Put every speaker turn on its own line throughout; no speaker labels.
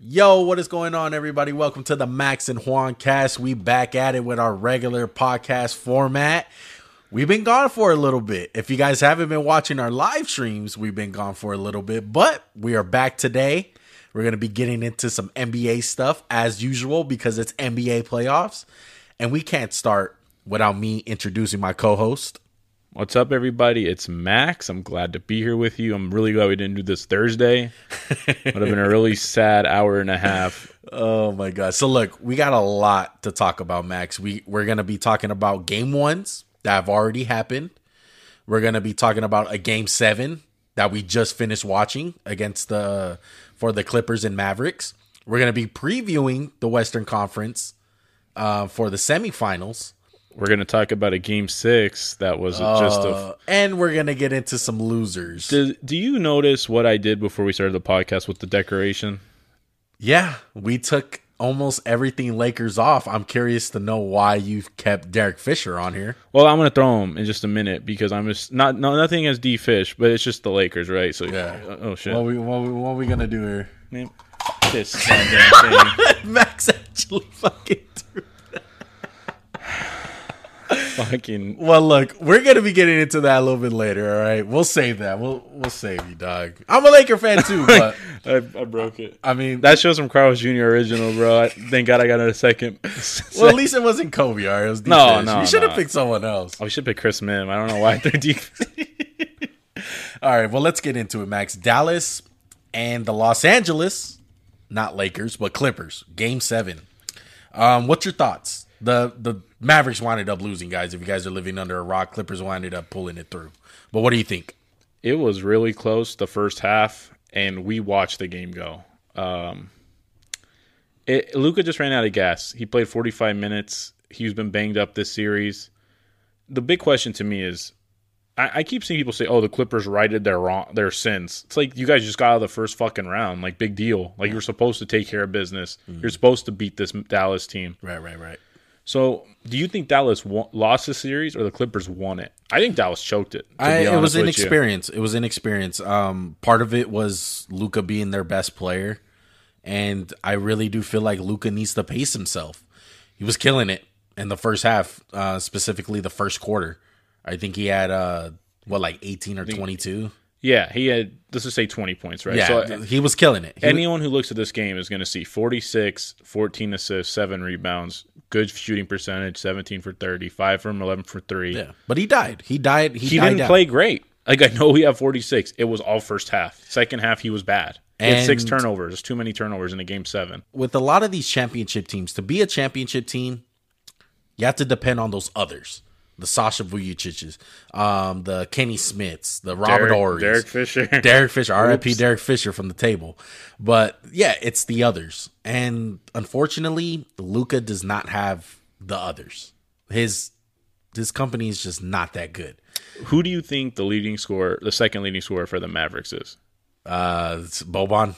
Yo, what is going on, everybody? Welcome to the Max and Juan cast. We back at it with our regular podcast format. We've been gone for a little bit. If you guys haven't been watching our live streams, we've been gone for a little bit, but we are back today. We're going to be getting into some NBA stuff as usual because it's NBA playoffs. And we can't start without me introducing my co host.
What's up, everybody? It's Max. I'm glad to be here with you. I'm really glad we didn't do this Thursday. Would have been a really sad hour and a half.
Oh my god. So look, we got a lot to talk about, Max. We we're gonna be talking about game ones that have already happened. We're gonna be talking about a game seven that we just finished watching against the for the Clippers and Mavericks. We're gonna be previewing the Western Conference uh, for the semifinals,
We're going to talk about a game six that was just a.
Uh, and we're gonna get into some losers.
Do, do you notice what I did before we started the podcast with the decoration?
yeah, we took almost everything Lakers off. I'm curious to know why you kept Derek Fisher on here.
Well, I'm going to throw him in just a minute because I'm just not no nothing as D fish, but it's just the Lakers, right? So
Yeah.
Oh shit.
What we what we, what we gonna do here?
Man, this goddamn thing.
Max actually fucking threw.
fucking
Well, look, we're gonna be getting into that a little bit later. All right, well save that. We'll we'll save you, dog. I'm a Laker fan too, but
I, I broke it.
I mean,
That shows some Carl's Jr. original, bro. I, thank God I got a second.
well, at least it wasn't Kobe. All right, it was
No,
defense.
no,
you should have
no.
picked someone else.
Oh, we should pick Chris Mim. I don't know why they're deep.
All right, well, let's get into it, Max. Dallas and the Los Angeles, not Lakers, but Clippers, Game Seven. Um, what's your thoughts? The the Mavericks winded up losing, guys. If you guys are living under a rock, Clippers winded up pulling it through. But what do you think?
it was really close the first half, and we watched the game go. Um, it, Luca just ran out of gas. He played 45 minutes. He's been banged up this series. The big question to me is, I, I keep seeing people say, "Oh, the Clippers righted their wrong their sins." It's like you guys just got out of the first fucking round. Like big deal. Like you're supposed to take care of business. You're supposed to beat this Dallas team.
Right, right, right.
So, do you think Dallas won- lost the series or the Clippers won it? I think Dallas choked it. to
I,
be
it was
honest
an
with you.
experience. It was an experience. Um, part of it was Luca being their best player, and I really do feel like Luca needs to pace himself. He was killing it in the first half, uh, specifically the first quarter. I think he had uh, what like eighteen or twenty two.
Yeah, he had let's just say 20 points, right?
Yeah,
So,
he was killing it. He
anyone who looks at this game is going to see 46, 14 assists, 7 rebounds, good shooting percentage, 17 for 30, 5 from 11 for 3.
was- yeah, but he died. He died. He,
He
died
didn't
down.
play great. Like I know he had 46. It was all first half. Second half he was bad. He had 6
And-
turnovers. There's too many turnovers in a game 7.
with a lot of these championship teams, to be a championship team, you have to depend on those others. The Sasha Vujicic's, um, the Kenny Smiths, the Robert Ory's,
Derek Fisher.
Derek Fisher, RIP Derek Fisher from the table. But yeah, it's the others. And unfortunately, Luca does not have the others. His his company is just not that good.
who do you think the leading scorer, the second leading scorer for the Mavericks is?
Uh it's Boban.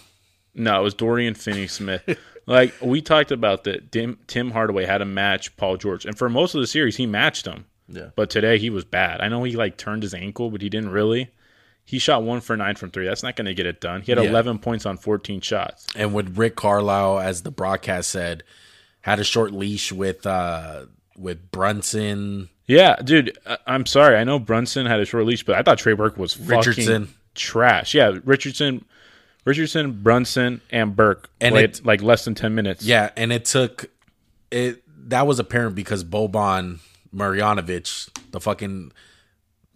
No, it was Dorian Finney Smith. like we talked about that Tim, Tim Hardaway had to match Paul George. And for most of the series he matched him.
Yeah.
But today he was bad. I know he like turned his ankle, but he didn't really. He shot 1 for 9 from 3. That's not going to get it done. He had
Yeah.
11 points on 14 shots.
And with Rick Carlisle, as the broadcast said, had a short leash with uh with Brunson.
Yeah, dude, I- I'm sorry. I know Brunson had a short leash, but I thought Trey Burke was fucking
Richardson.
trash. Yeah, Richardson Richardson, Brunson, and Burke
And
played
it-
like less than 10 minutes.
Yeah, and it took it that was apparent because Boban Marjanovic, the fucking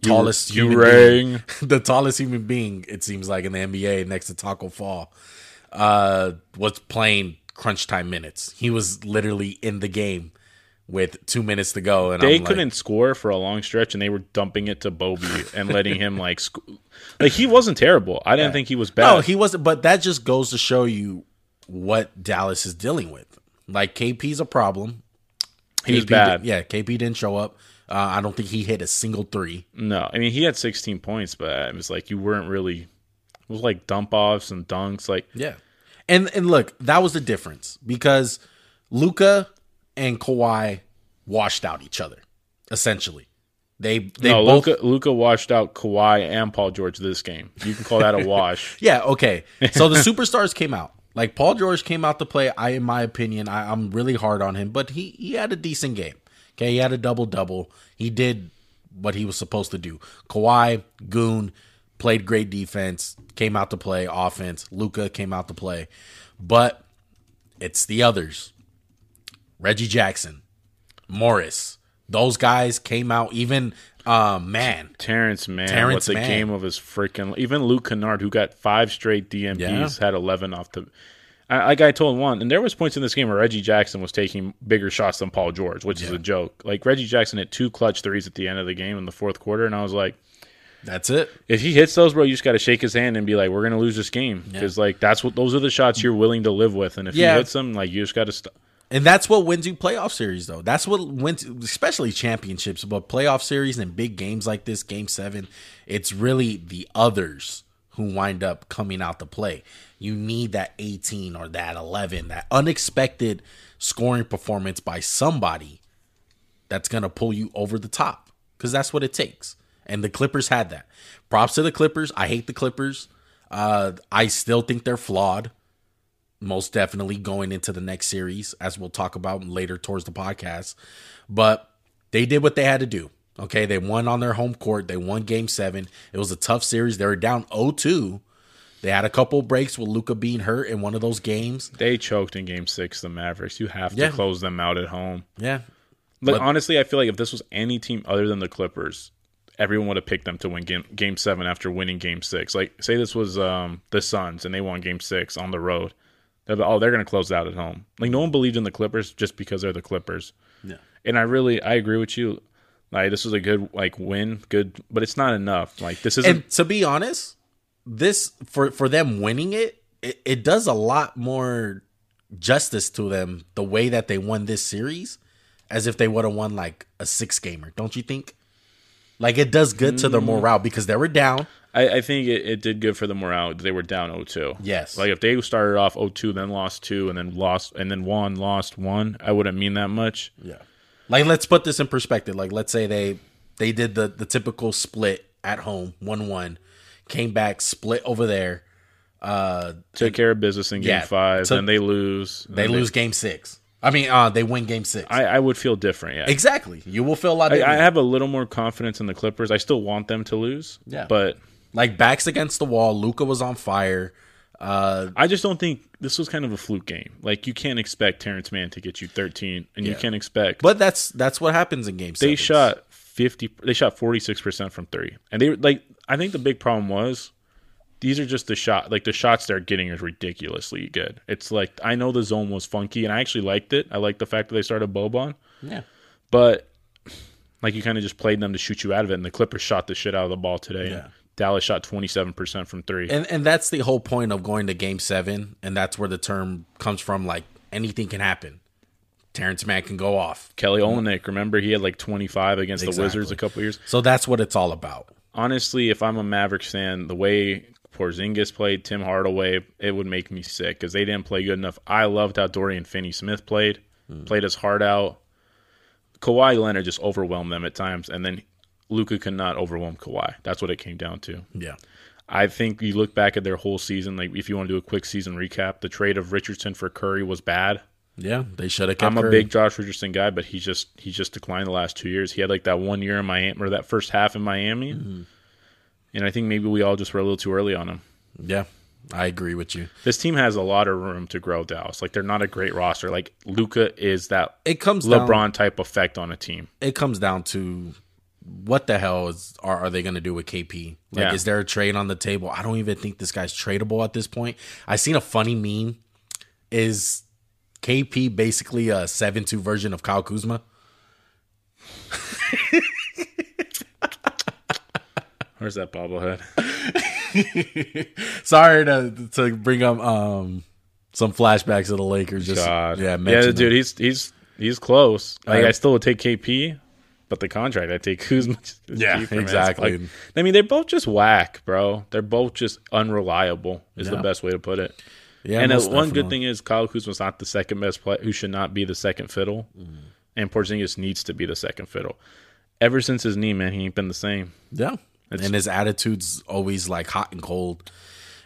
tallest
you
human
rang.
being, the tallest human being it seems like in the NBA next to Taco Fall, uh, was playing crunch time minutes. He was literally in the game with two minutes to go, and
They
I'm like,
couldn't score for a long stretch, and they were dumping it to Bobie and letting him like, sc- like he wasn't terrible. I didn't think he was bad.
No, Oh, he wasn't. But that just goes to show you what Dallas is dealing with. Like KP's a problem.
he was
KP
bad.
yeah, KP didn't show up. Uh, I don't think he hit a single three.
No, I mean he had 16 points, but it was like you weren't really. It was like dump offs and dunks. Like
Yeah. And and look, that was the difference because Luca and Kawhi washed out each other, essentially. They they
no,
both
Luca Luca washed out Kawhi and Paul George this game. You can call that a wash.
Yeah, okay. So the superstars came out. Like Paul George came out to play. I, in my opinion, I, I'm really hard on him, but he he had a decent game. Okay, he had a double double. He did what he was supposed to do. Kawhi Goon played great defense. Came out to play offense. Luca came out to play, but it's the others. Reggie Jackson, Morris. Those guys came out. Even uh, man,
Terrence man,
Terrence
what's a
Mann.
game of his freaking? Even Luke Kennard, who got five straight DMPs,
Yeah.
had 11 off the. I, like I told one, and there was points in this game where Reggie Jackson was taking bigger shots than Paul George, which is a joke. Like Reggie Jackson hit two clutch threes at the end of the game in the fourth quarter, and I was like,
that's it.
if he hits those, bro, you just got to shake his hand and be like, "We're gonna lose this game," because like that's what those are the shots you're willing to live with, and if
Yeah.
he hits them, like you just got to stop.
And that's what wins you playoff series, though. That's what wins, especially championships, but playoff series and big games like this, Game Seven. It's really the others who wind up coming out to play. You need that 18 or that 11, that unexpected scoring performance by somebody that's going to pull you over the top because that's what it takes. And the Clippers had that. Props to the Clippers. I hate the Clippers. Uh, I still think they're flawed most definitely going into the next series, as we'll talk about later towards the podcast. But they did what they had to do. Okay, they won on their home court. They won game seven. It was a tough series. They were down 0 2. They had a couple breaks with Luca being hurt in one of those games.
They choked in Game Six, the Mavericks. You have
Yeah.
to close them out at home.
Yeah.
Like honestly, I feel like if this was any team other than the Clippers, everyone would have picked them to win game, game Seven after winning Game Six. Like say this was um, the Suns and they won Game Six on the road, they're like, oh they're gonna close out at home. Like no one believed in the Clippers just because they're the Clippers.
Yeah.
and I really I agree with you. Like this was a good like win, good, but it's not enough. Like this isn't
And to be honest, this for for them winning it, it, it does a lot more justice to them the way that they won this series, as if they would have won like a six gamer. Don't you think? Like it does good to their
Mm.
morale because they were down.
I, I think it, it did good for the morale. that They were down 0-2.
Yes.
Like if they started off 0-2, then lost two, and then lost, and then won, lost one, I wouldn't mean that much.
Yeah. Like let's put this in perspective. Like let's say they they did the the typical split at home, one one, came back, split over there. Uh
Took care of business in game
Yeah,
five,
took-
then they lose. and
they
then
lose game six. I mean, uh they win game six.
I, I would feel different. Yeah.
exactly. You will feel a lot of
I, I have a little more confidence in the Clippers. I still want them to lose.
Yeah.
But
like backs against the wall. Luca was on fire. Uh,
I just don't think this was kind of a fluke game. Like you can't expect Terrence Mann to get you 13, and you can't expect.
but that's that's what happens in game.
they shot 50 they shot 46% from 3 and they were like i think the big problem was these are just the shot like the shots they're getting is ridiculously good it's like i know the zone was funky and i actually liked it i liked the fact that they started boban
Yeah,
but like you kind of just played them to shoot you out of it and the clippers shot the shit out of the ball today
Yeah.
dallas shot 27% from 3
and and that's the whole point of going to game seven, and that's where the term comes from. Like anything can happen. Terrence Mann can go off.
kelly olenek remember he had like 25 against the wizards
Exactly.
a couple years
So that's what it's all about.
honestly, if I'm a Mavericks fan, the way Porzingis played, Tim Hardaway, it would make me sick because they didn't play good enough. I loved how Dorian Finney-Smith played,
Mm.
played his heart out. Kawhi Leonard just overwhelmed them at times, and then Luca could not overwhelm Kawhi. That's what it came down to.
Yeah,
I think you look back at their whole season. Like, if you want to do a quick season recap, the trade of Richardson for Curry was bad.
yeah. They should have kept.
I'm a
Curry.
big Josh Richardson guy, but he just he just declined the last two years. He had like that one year in Miami or that first half in Miami,
Mm-hmm.
and I think maybe we all just were a little too early on him.
Yeah, I agree with you.
This team has a lot of room to grow. Dallas, like they're not a great roster. Like Luca is that
It comes down-
LeBron type effect on a team.
it comes down to what the hell is are, are they going to do with KP? Like,
Yeah.
is there a trade on the table? I don't even think this guy's tradable at this point. I seen a funny meme. Is KP basically a seven two version of Kyle Kuzma?
Where's that bobblehead?
Sorry to to bring up um some flashbacks of the Lakers. Just
God.
yeah, Uh,
yeah,
mention
dude,
them.
he's he's he's close. Like
Alright.
I still would take KP, but the contract I take Kuzma.
Yeah,
Kuzma, man.
exactly.
Like, I mean, they're both just whack, bro. They're both just unreliable. Is
Yeah.
the best way to put it.
yeah.
and uh,
most
one
definitely.
good thing is Kyle Kuzma's not the second best player, who should not be the second fiddle,
Mm.
and Porzingis needs to be the second fiddle. Ever since his knee, man, he ain't been the same.
Yeah. and his attitude's always like hot and cold.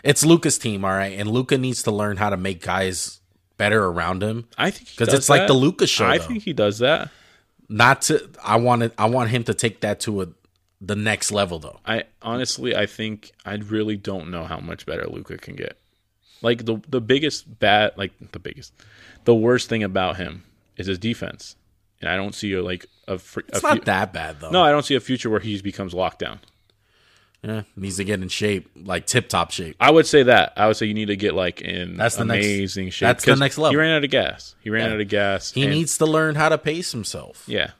It's Luca's team, all right, and Luca needs to learn how to make guys better around him.
I think he
Because
does
it's like
that.
the Luca show.
I
though.
think he does that.
not to. I want it. I want him to take that to a, the next level, though.
I honestly, I think I really don't know how much better Luca can get. Like the the biggest bad, like the biggest, the worst thing about him is his defense, and I don't see a like a. fr- a
It's
fu-
not that bad, though.
no, I don't see a future where he becomes locked down.
yeah, needs to get in shape, like tip top shape.
I would say that. I would say you need to get like in
That's
that's
the
the
next-
amazing shape.
that's the
'Cause
next level.
He ran out of gas. He ran out of gas.
He
and-
needs to learn how to pace himself.
yeah.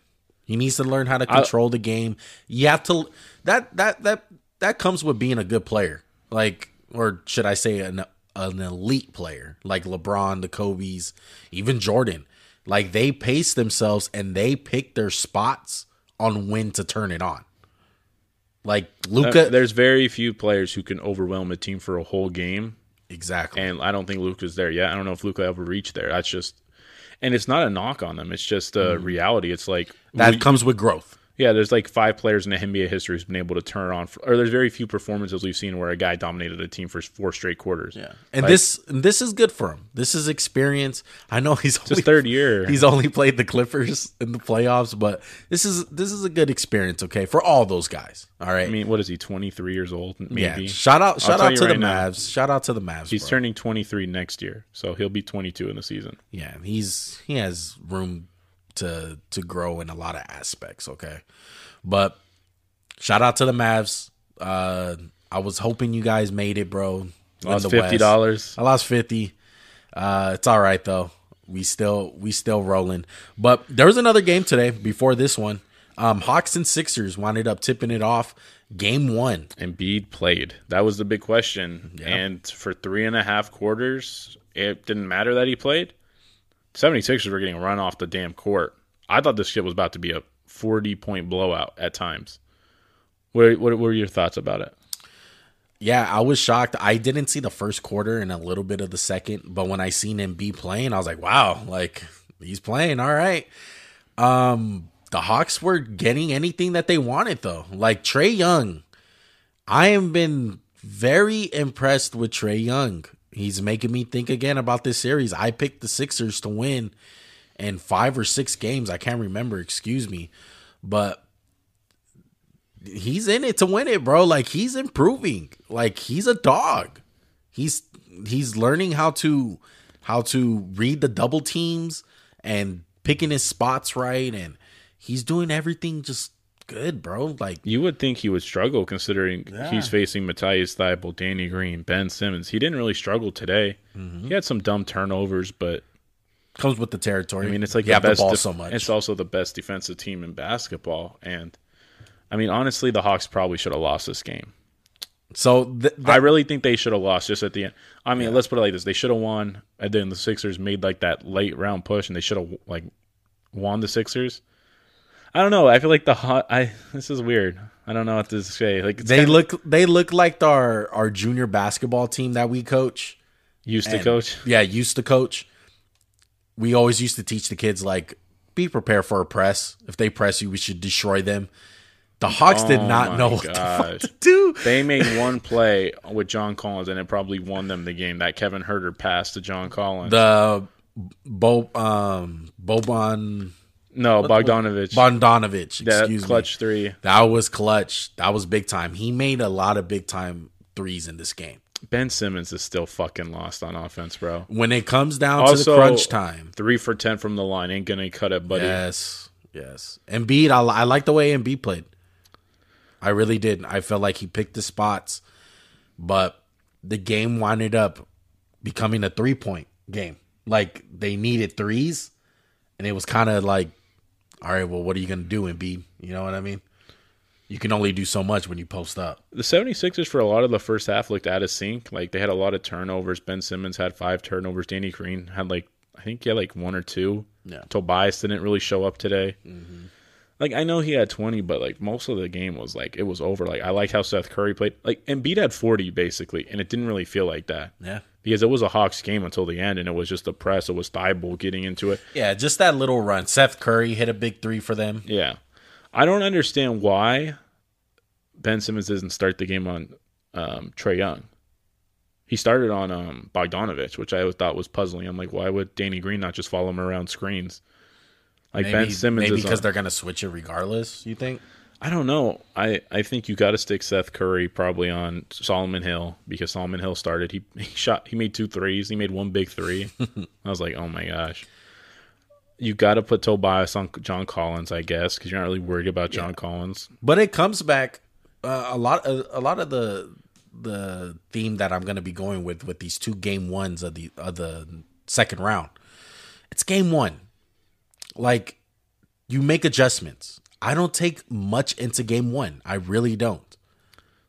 He needs to learn how to control the game. You have to that that that that comes with being a good player, like or should I say an an elite player, like LeBron, the Kobe's, even Jordan. Like they pace themselves and they pick their spots on when to turn it on. Like Luca,
There's very few players who can overwhelm a team for a whole game
exactly.
and I don't think Luca's there yet. I don't know if Luca ever reached there. That's just, and it's not a knock on them. It's just
Mm-hmm.
a reality. It's like,
that comes with growth.
yeah, there's like five players in the NBA history who's been able to turn on, or there's very few performances we've seen where a guy dominated a team for four straight quarters. Yeah,
And this this is good for him. This is experience. I know he's
his
only-
third year.
He's only played the Clippers in the playoffs, but this is this is a good experience, okay, for all those guys. All right.
I mean, what is he? 23 years old? Maybe.
yeah. Shout out shout
tell
out
you
to the
right now.
Mavs. Shout out to the Mavs.
He's
bro.
turning 23 next year, so he'll be 22 in the season.
yeah, he's he has room to to grow in a lot of aspects, okay? But shout out to the Mavs. Uh I was hoping you guys made it, bro. Win
Lost
the
fifty
West.
dollars.
I lost fifty. Uh, it's all right though. We still we still rolling. But there was another game today before this one. Um, Hawks and Sixers wound up tipping it off. Game one.
Embiid played. That was the big question. And for three and a half quarters, it didn't matter that he played. 76ers were getting run off the damn court. I thought this shit was about to be a 40 point blowout at times. What, what were your thoughts about it?
Yeah, I was shocked. I didn't see the first quarter and a little bit of the second, but when I seen him be playing, I was like, wow, like he's playing all right. Um, the Hawks were getting anything that they wanted though. Like Trey Young, I have been very impressed with Trey Young. He's making me think again about this series. I picked the Sixers to win in five or six games. I can't remember, excuse me. But he's in it to win it, bro. Like he's improving. Like he's a dog. He's he's learning how to how to read the double teams and picking his spots right and he's doing everything just good, bro. Like
You would think he would struggle considering he's facing Matthias Thibault, Danny Green, Ben Simmons. He didn't really struggle today. He had some dumb turnovers, but
comes with the territory.
I mean, it's like
you have
the best.
the ball
def-
so much.
It's also the best defensive team in basketball, and I mean, honestly, the Hawks probably should have lost this game.
so th- th-
I really think they should have lost just at the end. I mean, let's put it like this: they should have won, and then the Sixers made like that late round push, and they should have like won the Sixers. I don't know. I feel like the hot. I this is weird. I don't know what to say. Like it's
they
kinda-
look they look like our our junior basketball team that we coach.
used to coach.
Yeah, used to coach. We always used to teach the kids like be prepared for a press. If they press you, we should destroy them. The Hawks did
Oh
not
my
know what the fuck
gosh.
to do.
They made one play with John Collins, and it probably won them the game. That Kevin Herter pass to John Collins.
The Bo um Boban
no, Bogdanovich.
Bondanovich,
that
excuse me.
clutch three.
That was clutch. That was big time. He made a lot of big time threes in this game.
Ben Simmons is still fucking lost on offense, bro.
When it comes down to the
Also-
crunch time,
Three for ten from the line ain't gonna cut it, buddy.
Yes, yes. Embiid, I, li- I like the way Embiid played. I really did. I felt like he picked the spots, but the game winded up becoming a three point game. Like they needed threes, and it was kind of like all right, well, what are you going to do, Embiid? You know what I mean? You can only do so much when you post up.
The 76ers, for a lot of the first half, looked out of sync. Like, they had a lot of turnovers. Ben Simmons had five turnovers. Danny Green had, like, I think he had, like, one or two.
Yeah. Mm-hmm.
Tobias didn't really show up today. Like, I know he had 20, but, like, most of the game was, like, it was over. Like, I liked how Seth Curry played. Like, Embiid had 40, basically, and it didn't really feel like that.
Yeah.
Because it was a Hawks game until the end, and it was just the press. It was Thibault getting into it.
Yeah, just that little run. Seth Curry hit a big three for them.
Yeah. I don't understand why Ben Simmons doesn't start the game on um, Trey Young. He started on um, Bogdanovich, which I always thought was puzzling. I'm like, why would Danny Green not just follow him around screens? Like
Maybe,
Ben Simmons
maybe
is
because
on-
they're going to switch it regardless, you think?
I don't know. I, I think you got to stick Seth Curry probably on Solomon Hill because Solomon Hill started. He, he shot. He made two threes. He made one big three. I was like, oh my gosh. You got to put Tobias on John Collins, I guess, because you're not really worried about John Collins.
But it comes back uh, a lot a, a lot of the the theme that I'm going to be going with with these two game ones of the of the second round. It's game 1. Like you make adjustments. I don't take much into game 1. I really don't.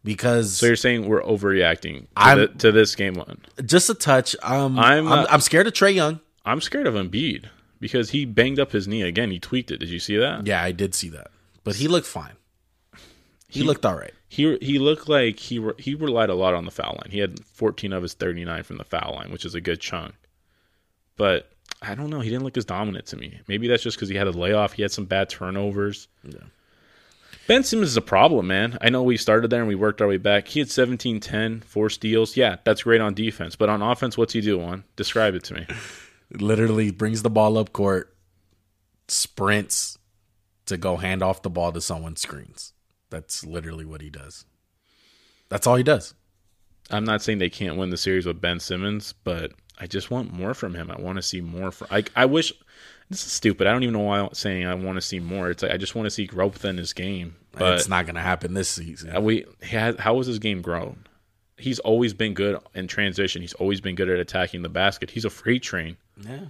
Because
So you're saying we're overreacting to,
I'm-
thi- to this game one?
just a touch um I'm
I'm, uh,
I'm, I'm scared of Trey Young.
I'm scared of Embiid because he banged up his knee again. He tweaked it. Did you see that?
Yeah, I did see that. But he looked fine. He, looked all right.
He he looked like he re- he relied a lot on the foul line. He had 14 of his 39 from the foul line, which is a good chunk. But I don't know. He didn't look as dominant to me. Maybe that's just because he had a layoff. He had some bad turnovers. Ben Simmons is a problem, man. I know we started there and we worked our way back. He had 17, 10, four steals. Yeah, that's great on defense. But on offense, what's he do on? Describe it to me.
Literally brings the ball up court, sprints to go hand off the ball to someone screens. That's literally what he does. That's all he does.
I'm not saying they can't win the series with Ben Simmons, but I just want more from him. I want to see more. For I, I wish this is stupid. I don't even know why I'm saying I want to see more. It's like I just want to see growth in his game.
and
But
it's not going to happen this season.
we he has, how has his game grown? He's always been good in transition. He's always been good at attacking the basket. He's a freight train.
Yeah.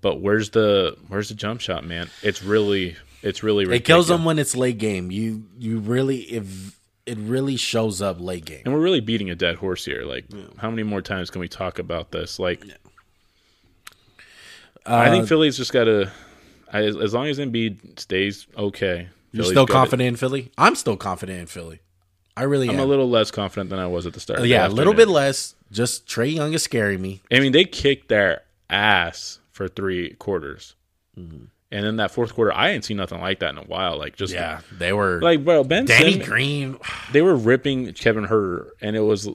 But where's the where's the jump shot, man? It's really it's really
It kills
ridiculous.
him when it's late game. You you really if it really shows up late game.
And we're really beating a dead horse here. Like, how many more times can we talk about this? Like, I
Uh,
think Philly's just got to, as, as long as Embiid stays okay.
You're
Philly's
still
good.
confident in Philly? I'm still confident in Philly. I really am.
I'm a little less confident than I was at the start. of the
yeah, a little bit
afternoon.
less. Just Trey Young is scaring me.
I mean, they kicked their ass for three quarters, and then that fourth quarter, I ain't seen nothing like that in a while. Like, just
Yeah, they were
Like bro, Ben
Danny
Simmons,
Green.
they were ripping Kevin Herter, and it was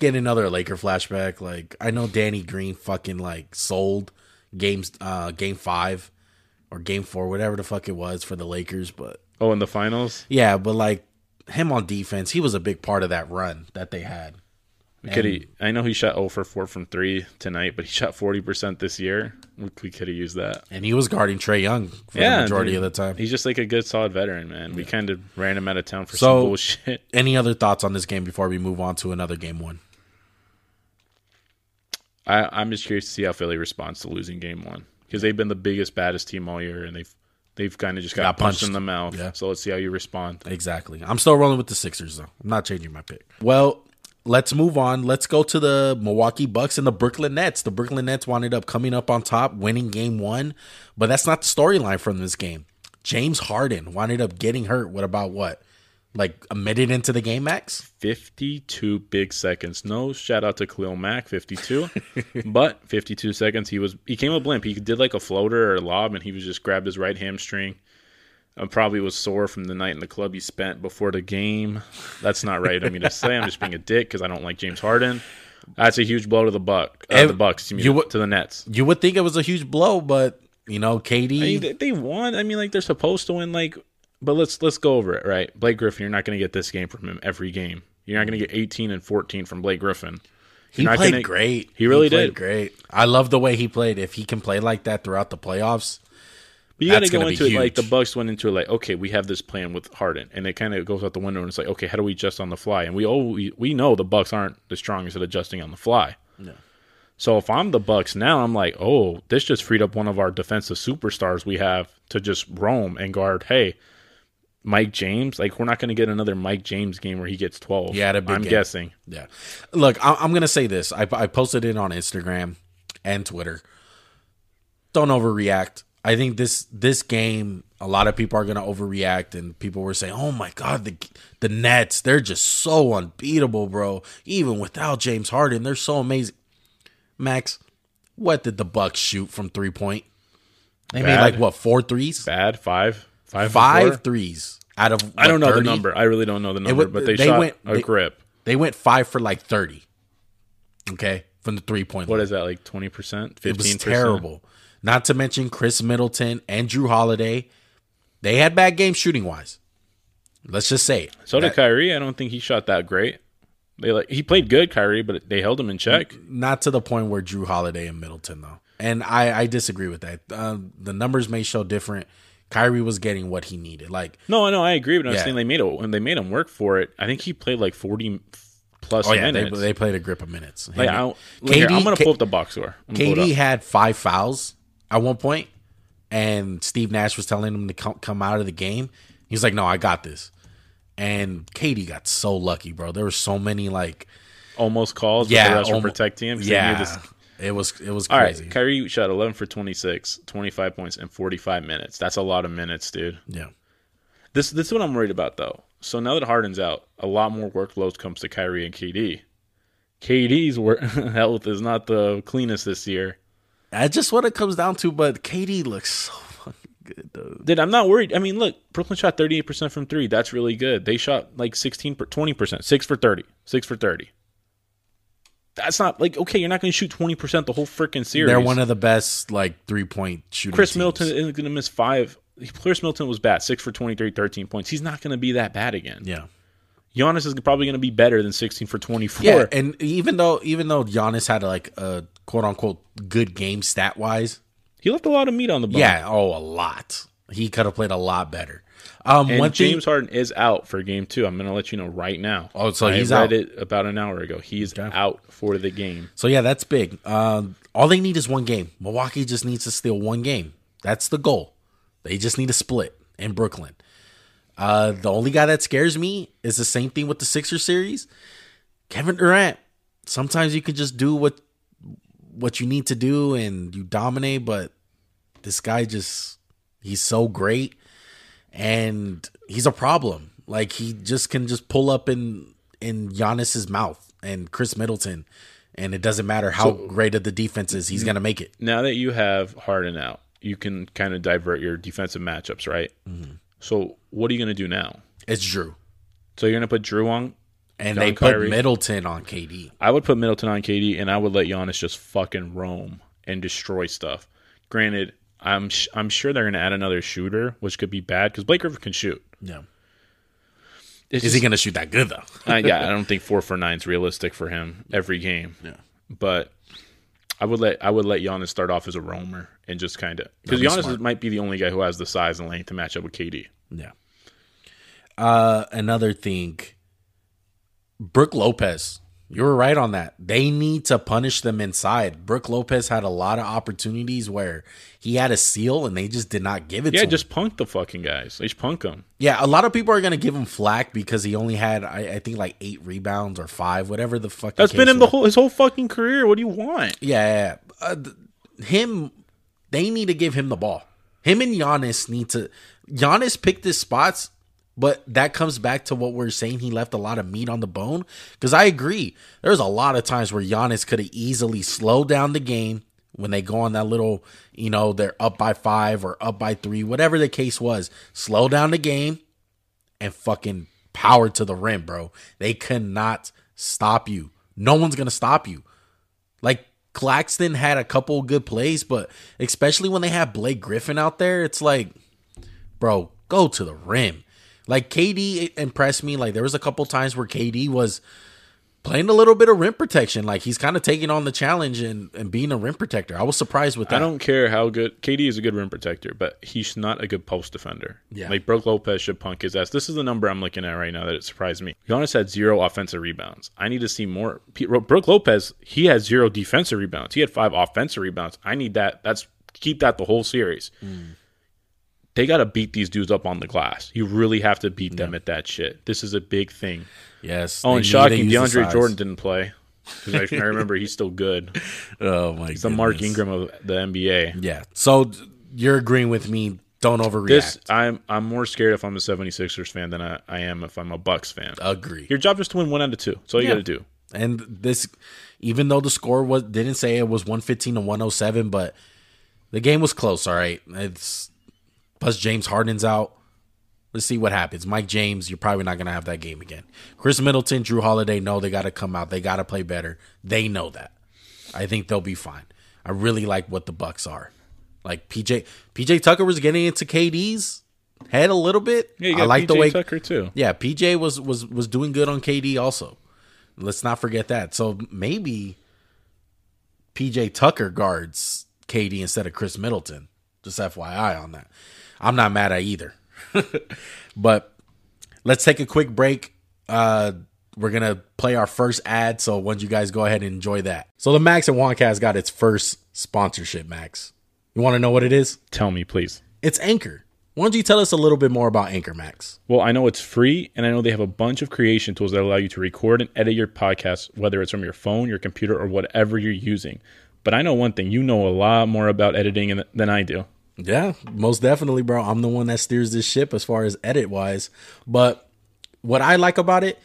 Get another Laker flashback. Like I know Danny Green fucking like sold games, uh, game five or game four, whatever the fuck it was for the Lakers. But
oh in the finals.
yeah, but like him on defense, he was a big part of that run that they had.
Could he? I know he shot 0 for 4 from 3 tonight, but he shot 40% this year. We, we could have used that.
And he was guarding Trey Young for the majority
dude.
of the time.
He's just like a good, solid veteran, man. We kind of ran him out of town for
So-
some bullshit.
Any other thoughts on this game before we move on to another game one?
I, I'm just curious to see how Philly responds to losing game one because they've been the biggest, baddest team all year, and they've they've kind of just got,
Got
punched, in
punched.
the mouth.
Yeah.
So let's see how you respond.
Exactly. I'm still rolling with the Sixers though. I'm not changing my pick. Well, let's move on. Let's go to the Milwaukee Bucks and the Brooklyn Nets. The Brooklyn Nets wound up coming up on top, winning game 1, but that's not the storyline from this game. James Harden wound up getting hurt. What about what? Like a minute into the game, Max?
52 big seconds. No shout out to Khalil Mack, 52, but 52 seconds. He was he came up limp. He did like a floater or a lob, and he was just grabbed his right hamstring. And probably was sore from the night in the club he spent before the game. That's not right. I mean to say I'm just being a dick because I don't like James Harden. That's a huge blow to the buck. Uh,
Ev-
the Bucks. excuse me,
you would-
to the Nets.
You would think it was a huge blow, but you know, KD
I mean, they- they won. I mean, like they're supposed to win. Like, but let's let's go over it, right? Blake Griffin. You're not going to get this game from him every game. You're not going to get 18 and 14 from Blake Griffin.
He
You're not
played
gonna-
great.
He really
played
did.
Great. I love the way he played. If he can play like that throughout the playoffs,
But you got to
That's
go
gonna be
into it like the
huge.
Bucks went into it like, okay, we have this plan with Harden, and it kind of goes out the window, and it's like, okay, how do we adjust on the fly? And we all we, we know the Bucks aren't the strongest at adjusting on the fly.
No.
So if I'm the Bucks now, I'm like, oh, this just freed up one of our defensive superstars we have to just roam and guard. Hey, Mike James, like we're not going to get another Mike James game where he gets 12.
Yeah, at a big
I'm
game.
guessing.
Yeah. Look, I, I'm going to say this. I, I posted it on Instagram and Twitter. Don't overreact. I think this this game, a lot of people are going to overreact, and people were saying, "Oh my God, the the Nets, they're just so unbeatable, bro. Even without James Harden, they're so amazing." Max, what did the Bucks shoot from three point? They made
Bad.
like what four threes,
Bad five, five,
five
before?
threes out of
I don't
what,
know
30?
the number. I really don't know the number,
went-
but they,
they
shot
went-
a
they-
grip.
They went five for like thirty. Okay, from the three point.
What is that like? Twenty percent?
It was
Fifteen percent?
terrible. Not to mention Chris Middleton and Drew Holiday. They had bad games shooting wise. Let's just say it.
So did Kyrie. I don't think he shot that great. They like he played good, Kyrie, but they held him in check.
Not to the point where Drew Holiday and Middleton though. And I, I disagree with that. Um, the numbers may show different. Kyrie was getting what he needed. Like
No, no, I agree, but I'm
Yeah.
saying they made it when they made him work for it. I think he played like forty plus
oh yeah, they,
minutes.
they played a grip of minutes.
like, I don't, look here,
KD
I'm gonna
K-
pull up the box score. I'm gonna pull it
KD
up.
had five fouls at one point, and Steve Nash was telling him to come, come out of the game. He's like, "No, I got this." And KD got so lucky, bro. There were so many like,
almost calls,
yeah,
yeah, but the rest were
almo-
protecting him. 'cause they knew
Yeah,
this-
it was it was
All right,
crazy.
Kyrie shot 11 for 26, 25 points in 45 minutes. That's a lot of minutes, dude.
Yeah,
This this is what I'm worried about though. So now that Harden's out, a lot more workload comes to Kyrie and KD. KD's work health is not the cleanest this year.
that's just what it comes down to. But KD looks so fucking good, dude.
Dude, I'm not worried. I mean, look, Brooklyn shot 38% from 3. That's really good. They shot like 16 per 20%, 6 for 30, 6 for 30. That's not like okay, you're not going to shoot 20% the whole freaking series.
They're one of the best like three point shooting.
Chris
teams.
Middleton is going to miss 5. Chris Middleton was bad, 6 for 23, 13 points. He's not going to be that bad again.
Yeah.
Giannis is probably going to be better than 16 for 24.
Yeah, and even though even though Giannis had like a quote unquote good game stat wise,
He left a lot of meat on the bone.
Yeah. Oh, a lot. He could have played a lot better. Um,
And
one
James
thing.
Harden is out for game two. I'm going to let you know right now.
Oh, so
I
he's
read
out.
it about an hour ago. He's out for the game.
So yeah, that's big. Um, all they need is one game. Milwaukee just needs to steal one game. That's the goal. They just need to split in Brooklyn. Uh, the only guy that scares me is the same thing with the Sixer series. Kevin Durant. Sometimes you can just do what what you need to do and you dominate, but this guy just he's so great and he's a problem. Like he just can just pull up in in Giannis's mouth and Chris Middleton, and it doesn't matter how great of the defense is,
Mm-hmm.
he's gonna make it.
Now that you have Harden out, you can kind of divert your defensive matchups, right?
Mm-hmm.
So what are you going to do now?
It's Drew,
So you're going to put Drew on.
and
John
they put
Kyrie.
Middleton on KD.
I would put Middleton on KD, and I would let Giannis just fucking roam and destroy stuff. Granted, I'm sh- I'm sure they're going to add another shooter, which could be bad because Blake Griffin can shoot.
No,
It's
is
just-
he gonna shoot that good though?
uh, yeah, I don't think four for nine's realistic for him every game. Yeah, but I would let I would let Giannis start off as a roamer and just kind of because
be
Giannis
smart.
might be the only guy who has the size and length to match up with KD.
Yeah. Uh, another thing, Brooke Lopez. You were right on that. They need to punish them inside. Brooke Lopez had a lot of opportunities where he had a seal and they just did not give it
Yeah,
to him.
just punk the fucking guys. They just punk them.
Yeah, a lot of people are gonna give him flack because he only had, I, I think, like eight rebounds or five, whatever the fuck.
That's been him the whole his whole fucking career. What do you want?
Yeah, yeah, yeah. Uh, th- him. They need to give him the ball. Him and Giannis need to. Giannis picked his spots, but that comes back to what we're saying. He left a lot of meat on the bone. Because I agree, there's a lot of times where Giannis could have easily slowed down the game when they go on that little, you know, they're up by five or up by three, whatever the case was. Slow down the game and fucking power to the rim, bro. They cannot stop you. No one's gonna stop you. Like Claxton had a couple good plays, but especially when they have Blake Griffin out there, it's like, bro, go to the rim. Like KD impressed me. Like there was a couple times where KD was playing a little bit of rim protection. Like he's kind of taking on the challenge and, and being a rim protector. I was surprised with that.
I don't care how good KD is a good rim protector, but he's not a good post defender.
Yeah.
Like Brooke Lopez should punk his ass. This is the number I'm looking at right now that it surprised me. Giannis had zero offensive rebounds. I need to see more. P- Brooke Lopez, he has zero defensive rebounds. He had five offensive rebounds. I need that. That's keep that the whole series.
Mm.
They gotta beat these dudes up on the glass. You really have to beat them at that shit. This is a big thing.
yes. they
Oh, and
need to use
shocking,
the
DeAndre
size.
Jordan didn't play. 'Cause I I remember he's still good.
Oh my god.
uh, The Mark Ingram of the NBA.
Yeah. So d- you're agreeing with me. Don't overreact.
This I'm I'm more scared if I'm a 76ers fan than I, I am if I'm a Bucks fan.
Agree.
Your job is to win one out of two. That's all you
Yeah.
got to do.
And this, even though the score was didn't say it was one fifteen to one oh seven, but the game was close. All right, it's plus James Harden's out. Let's see what happens. Mike James, you're probably not gonna have that game again. Chris Middleton, Drew Holiday, no, they got to come out. They got to play better. They know that. I think they'll be fine. I really like what the Bucks are. Like PJ, PJ Tucker was getting into KD's head a little bit.
Yeah, you got
I like
PJ
the way
Tucker too.
yeah, PJ was was was doing good on KD also. Let's not forget that. So maybe PJ Tucker guards KD instead of Chris Middleton. Just FYI on that. I'm not mad at either. but let's take a quick break. Uh we're gonna play our first ad, so once you guys go ahead and enjoy that. So the Max and Woncast got its first sponsorship, Max. You wanna know what it is?
Tell me, please.
It's Anchor. Why don't you tell us a little bit more about Anchor Max?
Well, I know it's free, and I know they have a bunch of creation tools that allow you to record and edit your podcast, whether it's from your phone, your computer, or whatever you're using. But I know one thing: you know a lot more about editing in- than I do.
Yeah, most definitely, bro. I'm the one that steers this ship as far as edit wise. But what I like about it,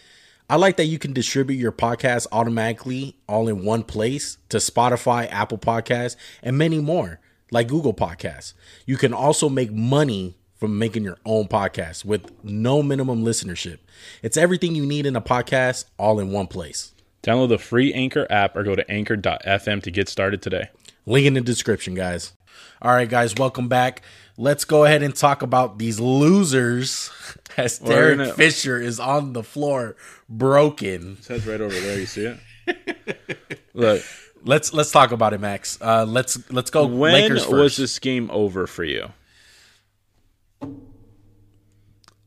I like that you can distribute your podcast automatically all in one place to Spotify, Apple Podcasts, and many more, like Google Podcasts. You can also make money from making your own podcast with no minimum listenership. It's everything you need in a podcast all in one place.
Download the free Anchor app or go to anchor.fm to get started today.
Link in the description, guys. All right, guys, welcome back. Let's go ahead and talk about these losers. As
We're
Derek
gonna-
Fisher is on the floor, broken.
That's right over there. You see it? Look,
Let's let's talk about it, Max. Uh, let's let's go.
when
Lakers first.
was this game over for you?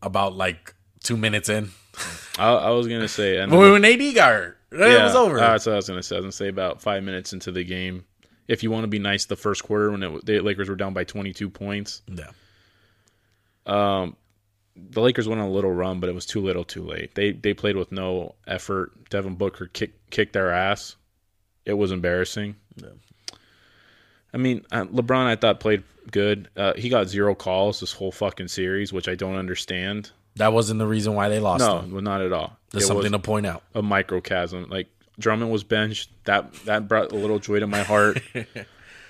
about like two minutes in?
I, I was gonna say, and
When AD got hurt, it was over.
Uh, that's what I was gonna say. I was gonna say about five minutes into the game. If you want to be nice, the first quarter when it, wa- the Lakers were down by 22 points,
yeah,
the Lakers went on a little run, but it was too little, too late. They they played with no effort. Devin Booker kicked kicked their ass. It was embarrassing. I mean, uh, LeBron I thought played good. Uh, he got zero calls this whole fucking series, which I don't understand.
that wasn't the reason why they lost.
No,
though.
well, not at all.
That's
It was-
something to point out.
a microchasm. Like Drummond was benched. That that brought a little joy to my heart.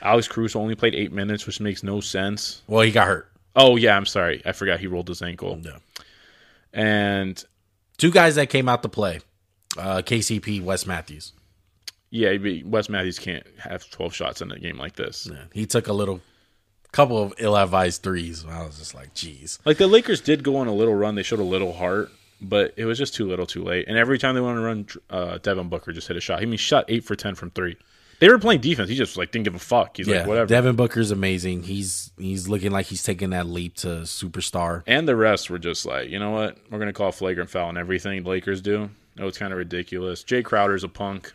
Alex Cruz only played eight minutes, which makes no sense.
Well, he got hurt.
Oh yeah, I'm sorry. I forgot he rolled his ankle.
Yeah.
And
Two guys that came out to play: uh, KCP, Wes Matthews.
yeah, but Wes Matthews can't have 12 shots in a game like this.
Yeah, he took a little couple of ill-advised threes. and I was just like, "Geez,
Like the Lakers did go on a little run. They showed a little heart, but it was just too little, too late. And every time they wanted to run, uh, Devin Booker just hit a shot. He I mean, shot eight for 10 from three. They were playing defense. He just like didn't give a fuck. He's like, whatever.
Devin Booker's amazing. He's he's looking like he's taking that leap to superstar.
And the rest were just like, you know what? We're going to call flagrant foul on everything the Lakers do. Oh, it's kind of ridiculous. Jay Crowder's a punk.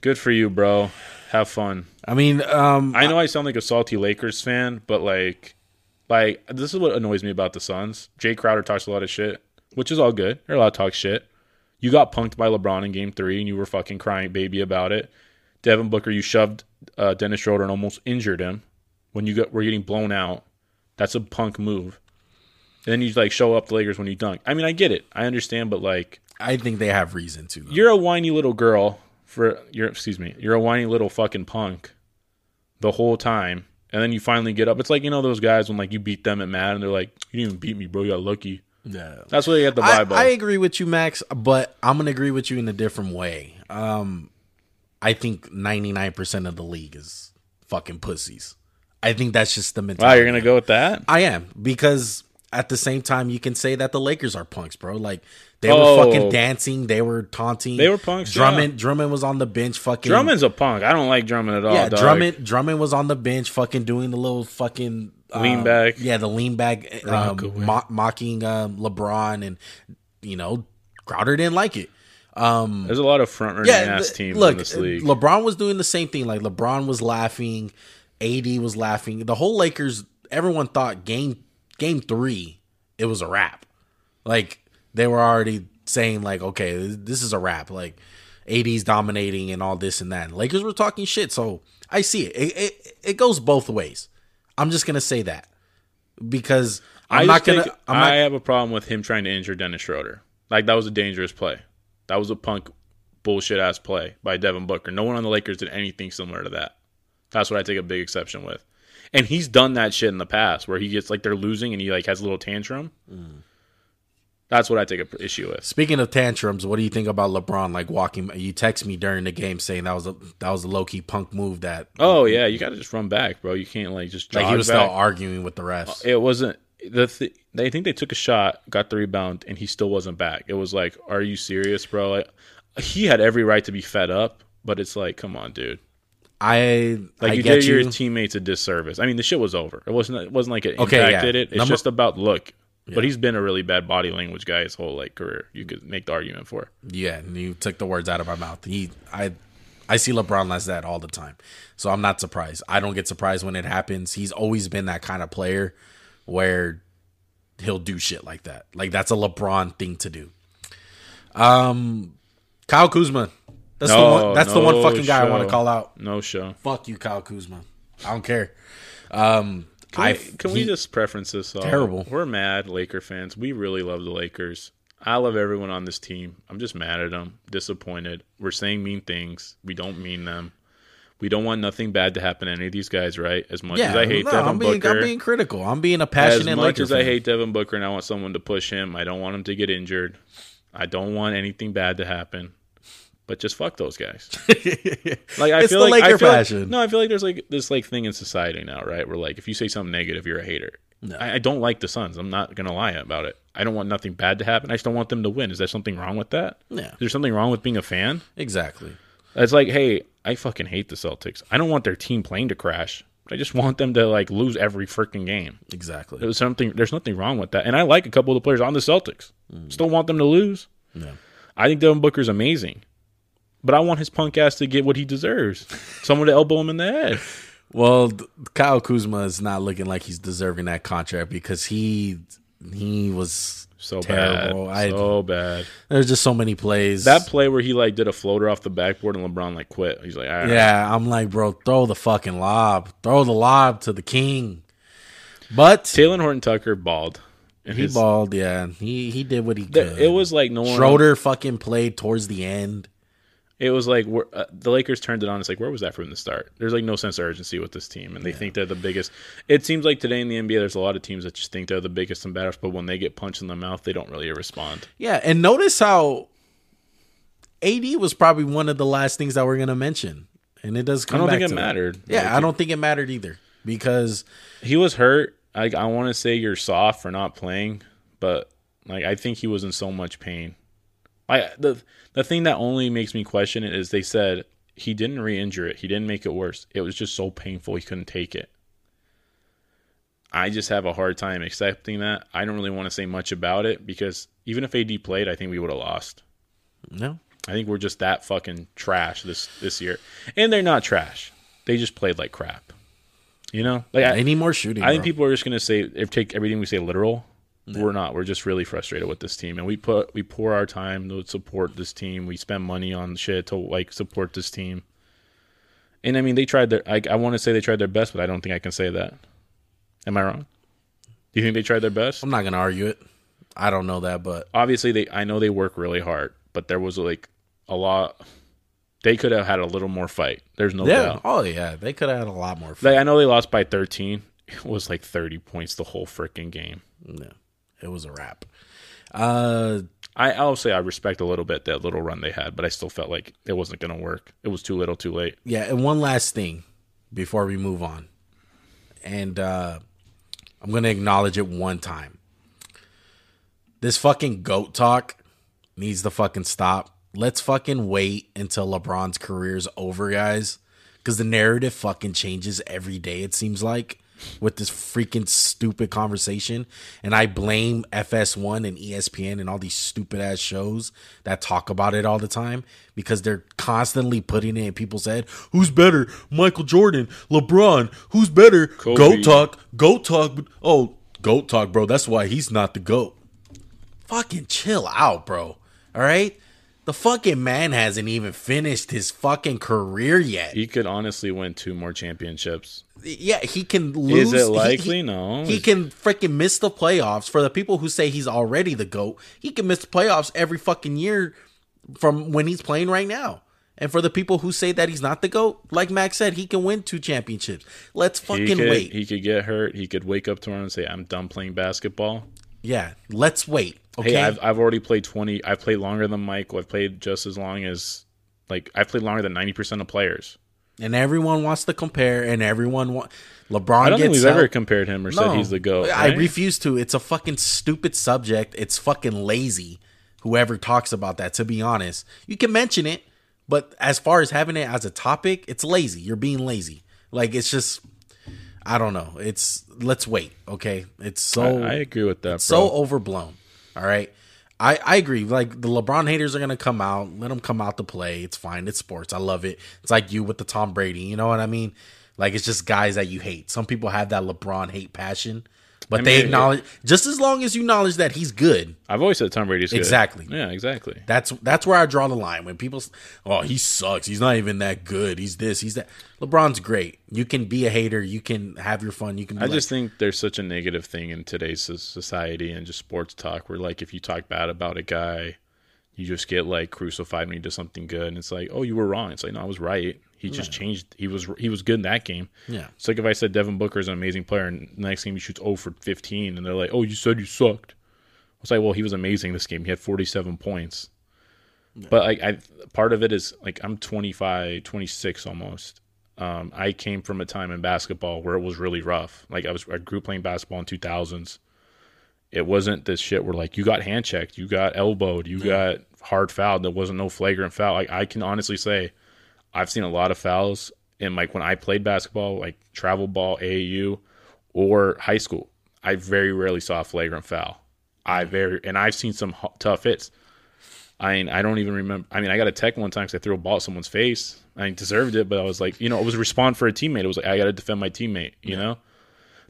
Good for you, bro. Have fun.
I mean, um,
I know I sound like a salty Lakers fan, but like, like this is what annoys me about the Suns. Jay Crowder talks a lot of shit, which is all good. They're allowed to talk shit. You got punked by LeBron in Game Three, and you were fucking crying baby about it. Devin Booker, you shoved uh, Dennis Schroeder and almost injured him when you got were getting blown out. That's a punk move. And then you like show up the Lakers when you dunk. I mean, I get it, I understand, but like,
I think they have reason to. though.
you're a whiny little girl for your excuse me you're a whiny little fucking punk the whole time and then you finally get up it's like you know those guys when like you beat them at mad and they're like you didn't even beat me bro you got lucky
Yeah.
that's what you have the
I,
vibe of
I agree with you, Max, but I'm gonna agree with you in a different way. Um, I think 99% of the league is fucking pussies. I think that's just the
wow
mentality.
you're gonna go with that
I am because at the same time, you can say that the Lakers are punks, bro. Like they were
Oh.
fucking dancing, they were taunting,
They were punks, yeah.
Drummond, Drummond was on the bench, fucking
Drummond's a punk. I don't like Drummond at all.
Yeah,
dog.
Drummond, Drummond was on the bench, fucking doing the little fucking um,
Lean back.
Yeah, the lean back, um,
Rock away.
mo- mocking um, LeBron, and you know, Crowder didn't like it. Um,
There's a lot of front running
yeah,
ass
th-
teams
look,
in this league.
LeBron was doing the same thing. Like LeBron was laughing, AD was laughing. The whole Lakers, everyone thought game game three, it was a wrap. Like they were already saying like, okay, th- this is a wrap. Like AD's dominating and all this and that. And Lakers were talking shit, so I see it. It it, it goes both ways. I'm just gonna say that because I'm
I
not
just
gonna.
think
I'm not,
I have a problem with him trying to injure Dennis Schroeder. Like that was a dangerous play. That was a punk bullshit ass play by Devin Booker. No one on the Lakers did anything similar to that. That's what I take a big exception with. And he's done that shit in the past where he gets like they're losing and he like has a little tantrum.
Mm.
That's what I take a p- issue with.
Speaking of tantrums, what do you think about LeBron like walking? You text me during the game saying that was a that was a low key punk move that
Oh yeah, you got to just run back, bro. You can't like just jog
like he was
back. Uh,
still arguing with the refs.
It wasn't the th- they think they took a shot, got the rebound, and he still wasn't back. It was like, are you serious, bro? Like, he had every right to be fed up, but it's like, come on, dude.
I
Like
I
you
get
did your
you.
teammates a disservice. I mean, the shit was over. It wasn't. It wasn't like it
Okay, yeah.
impacted it. It's
Number-
just about look. But he's been a really bad body language guy his whole like career. You could make the argument for.
yeah, and you took the words out of my mouth. He I I see LeBron like that all the time, so I'm not surprised. I don't get surprised when it happens. He's always been that kind of player where he'll do shit like that. Like that's a LeBron thing to do. Um, Kyle Kuzma. That's the
No,
one. That's the one
no
fucking guy I want to
show.
call out.
No show.
Fuck you, Kyle Kuzma. I don't care. Um,
Can,
I
we, can we
he-
just preference this? All?
Terrible.
We're mad Laker fans. We really love the Lakers. I love everyone on this team. I'm just mad at them, disappointed. We're saying mean things. We don't mean them. We don't want nothing bad to happen to any of these guys, right? As much
yeah,
as I hate
no,
Devin
I'm being,
Booker,
I'm being critical. I'm being a
as
passionate
much
Laker
as I
fan.
hate Devin Booker and I want someone to push him, I don't want him to get injured. I don't want anything bad to happen. But just fuck those guys. Like I
It's
feel
the
like
Laker
I feel like-
fashion.
no, I feel like there's like this like thing in society now, right? Where like if you say something negative, you're a hater.
No.
I, I don't like the Suns. I'm not gonna lie about it. I don't want nothing bad to happen. I just don't want them to win. Is there something wrong with that?
Yeah.
Is there something wrong with being a fan?
exactly.
It's like, hey, I fucking hate the Celtics. I don't want their team plane to crash. I just want them to like lose every freaking game.
Exactly.
There's something. There's nothing wrong with that. And I like a couple of the players on the Celtics.
Mm.
Still want them to lose.
Yeah.
I think Devin Booker's amazing, but I want his punk ass to get what he deserves. Someone to elbow him in the head.
Well, th- Kyle Kuzma is not looking like he's deserving that contract because he he was
So
terrible.
bad.
I
so bad.
there's just so many plays.
That play where he like did a floater off the backboard and LeBron like quit. He's like, "Ah." All right.
yeah, I'm like, bro, throw the fucking lob, throw the lob to the king. But
Taylor Horton Tucker balled. And
he
his-
balled. Yeah, he he did what he
th-
could.
It was like no one.
Schroeder fucking played towards the end.
It was like we're, uh, the Lakers turned it on. It's like where was that from the start? There's like no sense of urgency with this team, and they think they're the biggest. It seems like today in the NBA, there's a lot of teams that just think they're the biggest and baddest, but when they get punched in the mouth, they don't really respond.
Yeah, and notice how AD was probably one of the last things that we're gonna mention, and it does. Come
I don't
back
think it
to that.
mattered.
Yeah,
Like,
I don't think it mattered either because
he was hurt. Like I want to say you're soft for not playing, but like I think he was in so much pain. I the the thing that only makes me question it is they said he didn't re-injure it. He didn't make it worse. It was just so painful he couldn't take it. I just have a hard time accepting that. I don't really want to say much about it because even if AD played, I think we would have lost.
no,
I think we're just that fucking trash this this year. And they're not trash. They just played like crap. You know? Like I,
they need more shooting.
I think
bro.
people are just gonna say if take everything we say literal. We're not. We're just really frustrated with this team, and we put we pour our time to support this team. We spend money on shit to like support this team. And I mean, they tried their. I, I want to say they tried their best, but I don't think I can say that. Am I wrong? Do you think they tried their best?
I'm not gonna argue it. I don't know that, but
Obviously, they. I know they work really hard, but there was like a lot. They could have had a little more fight. There's no
yeah,
doubt.
oh yeah, they could have had a lot more. Fun.
Like I know they lost by 13. It was like 30 points the whole freaking game.
No, it was a wrap. Uh,
I, I'll say I respect a little bit that little run they had, but I still felt like it wasn't going to work. It was too little, too late.
yeah, and one last thing before we move on, and uh, I'm gonna acknowledge it one time. This fucking goat talk needs to fucking stop. Let's fucking wait until LeBron's career's over, guys. Because the narrative fucking changes every day, it seems like, with this freaking stupid conversation. And I blame FS1 and E ESPN and all these stupid ass shows that talk about it all the time because they're constantly putting it in people's head. Who's better? Michael Jordan, LeBron. Who's better?
Kobe.
Goat talk. Goat talk. Oh, goat talk, bro. That's why he's not the goat fucking chill out, bro. All right? The fucking man hasn't even finished his fucking career yet.
He could honestly win two more championships.
Yeah, he can lose.
Is it
he-
likely?
He,
no.
he
Is-
can freaking miss the playoffs. For the people who say he's already the GOAT, he can miss the playoffs every fucking year from when he's playing right now. And for the people who say that he's not the GOAT, like Max said, he can win two championships. Let's
he
fucking
could,
wait.
He could get hurt. He could wake up tomorrow and say, "I'm done playing basketball."
yeah, let's wait. Okay.
Hey, I've I've already played twenty. I've played longer than Michael. I've played just as long as, like, I've played longer than ninety percent of players.
and everyone wants to compare, and everyone wants. LeBron
I don't think
gets
we've
out.
ever compared him or said he's the goat.
I
right?
refuse to. It's a fucking stupid subject. It's fucking lazy. Whoever talks about that, to be honest, you can mention it, but as far as having it as a topic, it's lazy. You're being lazy. Like it's just, I don't know. It's let's wait. Okay, it's
I,
so
I agree with that.
so
bro.
overblown. All right. I, I agree. Like the LeBron haters are gonna come out. Let them come out to play. It's fine. It's sports. I love it. It's like you with the Tom Brady. You know what I mean? Like it's just guys that you hate. Some people have that LeBron hate passion, but
I
they
mean,
acknowledge just as long as you acknowledge that he's good.
I've always said Tom Brady's good.
Exactly.
Yeah, exactly.
That's that's where I draw the line. When people, s- oh, he sucks. He's not even that good. He's this. He's that. LeBron's great. You can be a hater. You can have your fun. You can. Be
I
like-
just think there's such a negative thing in today's so- society and just sports talk where, like, if you talk bad about a guy, you just get like crucified when he does something good, and it's like, oh, you were wrong. It's like, no, I was right. He just changed. He was he was good in that game.
Yeah.
It's like if I said Devin Booker is an amazing player, and the next game he shoots 0 for 15, and they're like, oh, you said you sucked. It's like, well, he was amazing this game. He had 47 points. But like, I part of it is like I'm 25, 26 almost. Um, I came from a time in basketball where it was really rough. Like I was, I grew playing basketball in 2000s. It wasn't this shit where like you got hand checked, you got elbowed, you got hard fouled. There wasn't no flagrant foul. Like I can honestly say, I've seen a lot of fouls in like when I played basketball, like travel ball, AAU, or high school. I very rarely saw a flagrant foul. I very and I've seen some h- tough hits. I mean, I don't even remember. I mean, I got a tech one time because I threw a ball at someone's face. I deserved it, but I was like, you know, it was a response for a teammate. It was like I got to defend my teammate. You know,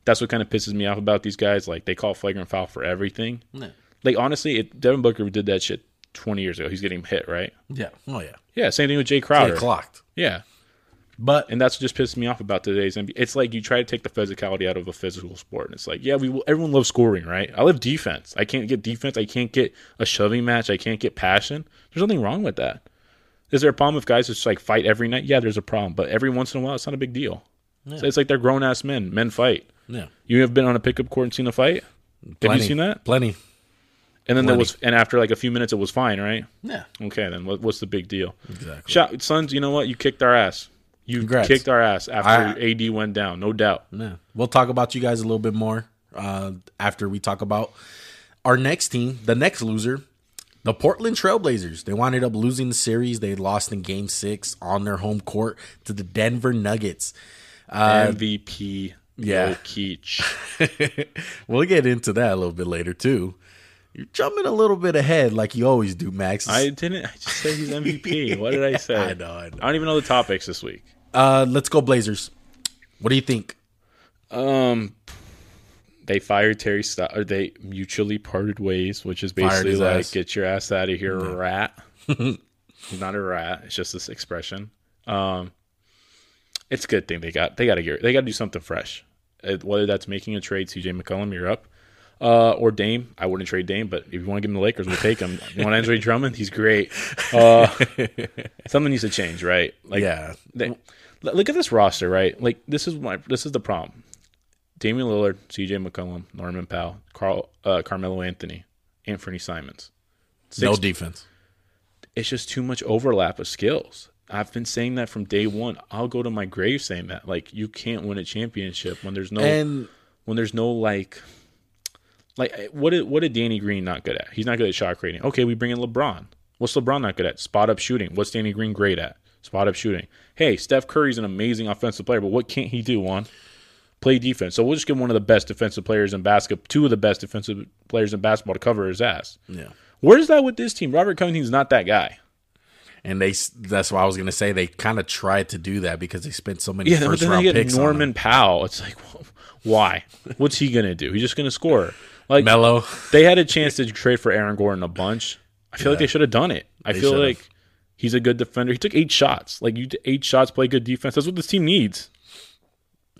that's what kind of pisses me off about these guys. Like they call flagrant foul for everything.
Yeah.
Like honestly, if Devin Booker did that shit twenty years ago, he's getting hit, right?
yeah. Oh yeah.
Yeah, same thing with Jay
They
Crowder.
clocked.
Yeah,
But
and that's what just pissed me off about today's NBA. It's like you try to take the physicality out of a physical sport, and it's like, yeah, we will, everyone loves scoring, right? I love defense. I can't get defense. I can't get a shoving match. I can't get passion. There's nothing wrong with that. Is there a problem if guys just like fight every night? Yeah, there's a problem, but every once in a while, it's not a big deal. So it's like they're grown ass men. Men fight.
yeah.
You have been on a pickup court and seen a fight. Have
Plenty.
you seen that?
Plenty.
And then there was, and after like a few minutes, it was fine, right?
Yeah.
Okay, then what, what's the big deal?
Exactly.
Shout, Sons, you know what? You kicked our ass. You
Congrats.
kicked our ass after
I-
AD went down, no doubt.
Yeah. We'll talk about you guys a little bit more uh, after we talk about our next team, the next loser, the Portland Trailblazers. They wound up losing the series. They lost in game six on their home court to the Denver Nuggets.
MVP.
Uh, yeah.
Jokic.
we'll get into that a little bit later, too. You're jumping a little bit ahead like you always do, Max.
I didn't. I just said he's MVP. What did I say?
I know, I know.
don't even know the topics this week.
Uh, let's go, Blazers. What do you think?
Um, they fired Terry Stotts, or they mutually parted ways, which is basically
his
like,
ass.
"Get your ass out of here, rat." He's not a rat. It's just this expression. Um, it's a good thing they got. They got to get. They got to do something fresh. Uh, Whether that's making a trade, CJ McCollum, you're up, uh, or Dame. I wouldn't trade Dame, but if you want to give him the Lakers, we'll take him. You want Andre Drummond? He's great. Uh, something needs to change, right? Like,
Yeah.
they, l- look at this roster, right? Like this is my this is the problem. Damian Lillard, C.J. McCollum, Norman Powell, Carl, uh, Carmelo Anthony, Anthony Simons.
No
Six-
defense.
It's just too much overlap of skills. I've been saying that from day one. I'll go to my grave saying Oh. that. Like you can't win a championship when there's no
And
when there's no like Like what? Is, what is Danny Green not good at? He's not good at shot creating. Okay, we bring in LeBron. What's LeBron not good at? Spot up shooting. What's Danny Green great at? Spot up shooting. Hey, Steph Curry's an amazing offensive player, but what can't he do on? Play defense. So we'll just give one of the best defensive players in basketball, two of the best defensive players in basketball to cover his ass.
Yeah.
Where's that with this team? Robert Covington's not that guy.
And they s- that's why I was gonna say they kind of tried to do that because they spent so many
Yeah, then-
first
then they
round
get
picks. Norman
Norman Powell. It's like, wh- why? What's he gonna do? He's just gonna score. Like
Mello.
they had a chance to trade for Aaron Gordon a bunch. I feel like they should have done it. I
They
feel
should've.
like he's a good defender. He took eight shots. Like you, t- eight shots, play good defense. That's what this team needs.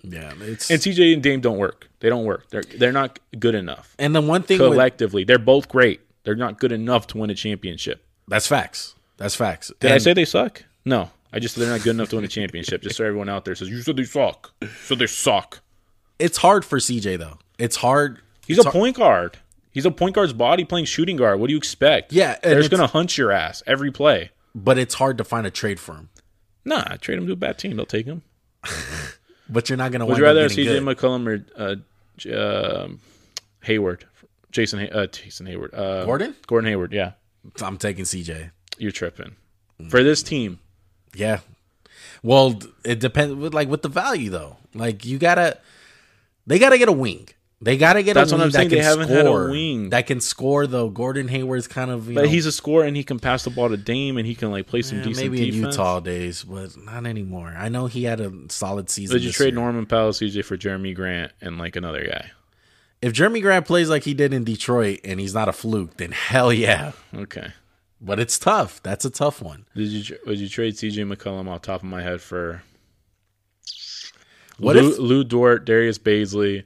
Yeah, it's
And CJ and Dame don't work. They don't work. They're they're not good enough
and the one thing with,
collectively. They're both great. They're not good enough to win a championship.
that's facts. That's facts.
Did I
And-
say they suck? No, I just said they're not good enough to win a championship. Just so everyone out there says you said they suck. So they suck.
it's hard for CJ though. It's hard.
He's a point guard. He's a point guard's body playing shooting guard. What do you expect?
Yeah, and
they're just
it's-
gonna hunt your ass every play.
but it's hard to find a trade for him.
Nah, trade him to a bad team. They'll take him.
But you're not gonna.
Would
wind
you
up
rather have
getting
CJ
good.
McCollum or uh, J- um Hayward, Jason, Hay- uh, Jason Hayward, uh,
Gordon?
Gordon Hayward? Yeah,
I'm taking CJ.
you're tripping.
Mm.
For this team,
Yeah. Well, d- it depends. With like with the value though, like you gotta, they gotta get a wing. They gotta get
That's
a
what
wing
I'm
that
saying.
can
They haven't
score.
had a wing.
that can score though. Gordon Hayward's kind of you
but
know,
he's a scorer and he can pass the ball to Dame and he can like play some
yeah,
decent
Eh, maybe in
defense.
Utah days, but not anymore. I know he had a solid season.
Did you
this
trade
year.
Norman Powell, CJ for Jeremy Grant and like another guy?
If Jeremy Grant plays like he did in Detroit and he's not a fluke, then hell yeah.
Okay.
But it's tough. That's a tough one.
Did you tr- would you trade CJ McCollum off the top of my head for
What
Lou,
if
Lou Dort, Darius Baisley,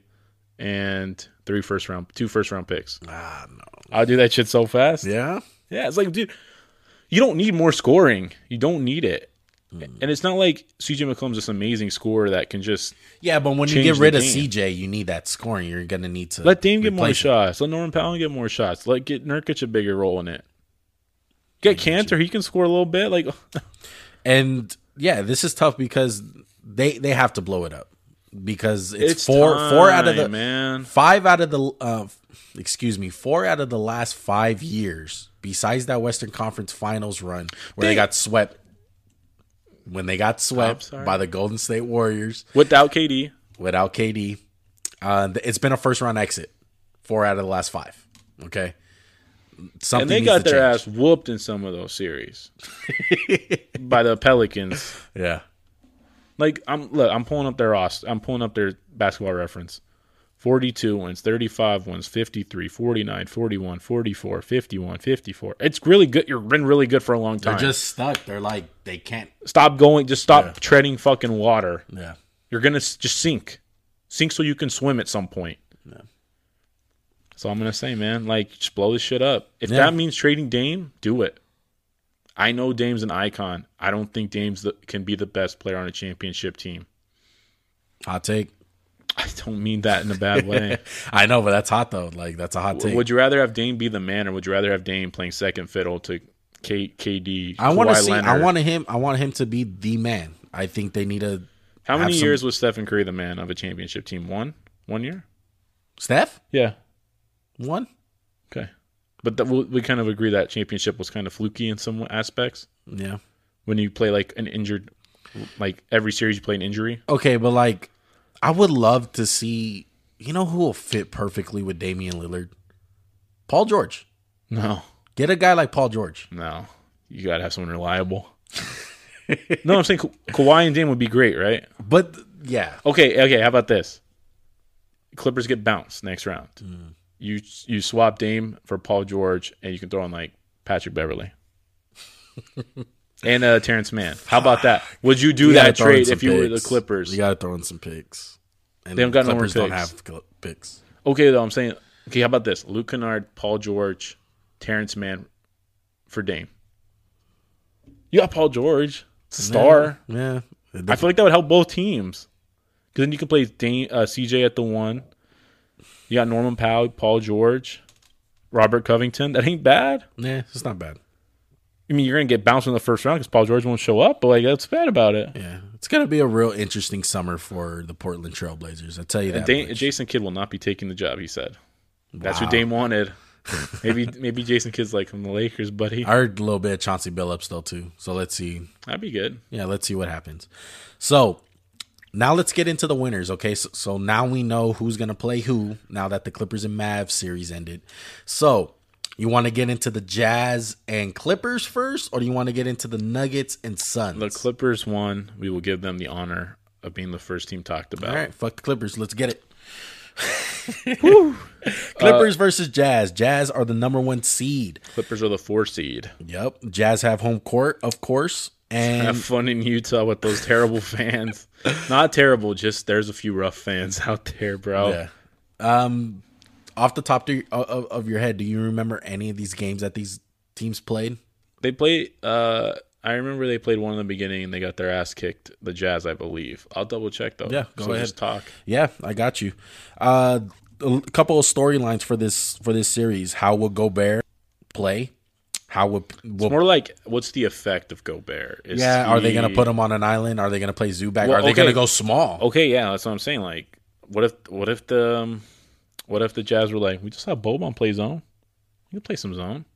and three first round, two first round picks?
Ah, no.
I'll do that shit so fast.
Yeah.
Yeah, it's like, dude, you don't need more scoring. You don't need it.
Mm.
And it's not like CJ McCollum's this amazing scorer that can just
Yeah, but when you
Change
get
the
rid of
game.
CJ, you need that scoring. You're gonna need to
let Dame get more
replace him.
shots. Let Norman Powell get more shots. Let get Nurkic a bigger role in it. Get Cantor, he can score a little bit. Like
And yeah, this is tough because they they have to blow it up because it's,
it's
four four out of
time,
the
man.
five out of the uh, excuse me four out of the last five years besides that Western Conference Finals run where they,
They-
got swept when they got swept
sorry.
by the Golden State Warriors
Without KD,
without KD. Uh, th- it's been a first round exit four out of the last five. Okay, something
and they
needs
got
to
their
change.
ass whooped in some of those series by the Pelicans.
Yeah,
Like I'm look, I'm pulling up their roster. I'm pulling up their basketball reference. 42 wins, 35 wins, 53, 49, 41, 44, 51, 54. It's really good. You've been really good for a long
they're
time.
just stuck. They're like they can't.
stop going. Just stop treading fucking water.
Yeah.
You're gonna s- just sink. Sink so you can swim at some point. That's all I'm gonna say, man. Like, just blow this shit up. If
Yeah.
that means trading Dame, do it. I know Dame's an icon. I don't think Dame's the, can be the best player on a championship team.
Hot take.
I don't mean that in a bad way.
I know, but that's hot though. Like that's a hot take.
would you rather have Dame be the man, or would you rather have Dame playing second fiddle to K- KD?
I want to
Kawhi
see. I
Leonard?
want him. I want him to be the man. I think they need a
How many
have some-
years was Stephen Curry the man of a championship team? One, one year.
Steph
Yeah.
one.
Okay. But that, we we kind of agree that championship was kind of fluky in some aspects
Yeah.
when you play like an injured, like every series you play an injury.
Okay, but like, I would love to see. You know who will fit perfectly with Damian Lillard? Paul George.
No,
Get a guy like Paul George.
no, you gotta have someone reliable. no, I'm saying Ka- Kawhi and Dame would be great, right?
But yeah,
Okay, okay. How about this? Clippers get bounced next round.
Mm.
You you swap Dame for Paul George, and you can throw in like Patrick Beverly and uh, Terrence Mann. How about that? Would you do
You gotta
that
throw in
trade
some
if you were the
picks.
Clippers?
You got to throw in some picks. And
They don't got no more
Clippers don't
picks.
have cl- picks.
Okay, though I'm saying. Okay, how about this? Luke Kennard, Paul George, Terrence Mann for Dame. You got Paul George, it's a star.
Yeah.
I feel like that would help both teams. Because then you can play Dan- uh, CJ at the one. You got Norman Powell, Paul George, Robert Covington. That ain't bad.
Yeah, it's not bad.
I mean, you're going to get bounced in the first round because Paul George won't show up, but like that's bad about it.
Yeah, it's gonna be a real interesting summer for the Portland Trailblazers. I tell you that.
Dan-
much.
Jason Kidd will not be taking the job, he said. That's
Wow.
what Dame wanted. maybe maybe Jason Kidd's like from the Lakers, buddy.
I heard a little bit of Chauncey Billups though too. So let's see.
That'd be good.
Yeah, let's see what happens. So now let's get into the winners. Okay, so, so now we know who's gonna play who. Now that the Clippers and Mavs series ended, so you want to get into the Jazz and Clippers first, or do you want to get into the Nuggets and Suns?
The Clippers won. We will give them the honor of being the first team talked about.
All right, fuck the Clippers. Let's get it. Clippers versus Jazz. Jazz are the number one seed.
Clippers are the four seed.
Yep. Jazz have home court, of course.
Have
And
fun in Utah with those terrible fans. Not terrible, just there's a few rough fans out there, bro.
Yeah. Oh. um, off the top to, of, of your head, do you remember any of these games that these teams played?
They played. Uh, I remember they played one in the beginning and they got their ass kicked. The Jazz, I believe. I'll double check though.
Yeah, go
so
ahead.
Just talk.
Yeah, I got you. Uh, a couple of storylines for this for this series. How will Gobert play? How will, will
More like, what's the effect of Gobert? Is
yeah? Are they
he-
going to put him on an island? Are they going to play Zubac?
Well,
are they
okay.
going to go small?
Okay, yeah, that's what I'm saying. Like, what if, what if the, um, what if the Jazz were like, we just saw Boban play zone. You can play some zone.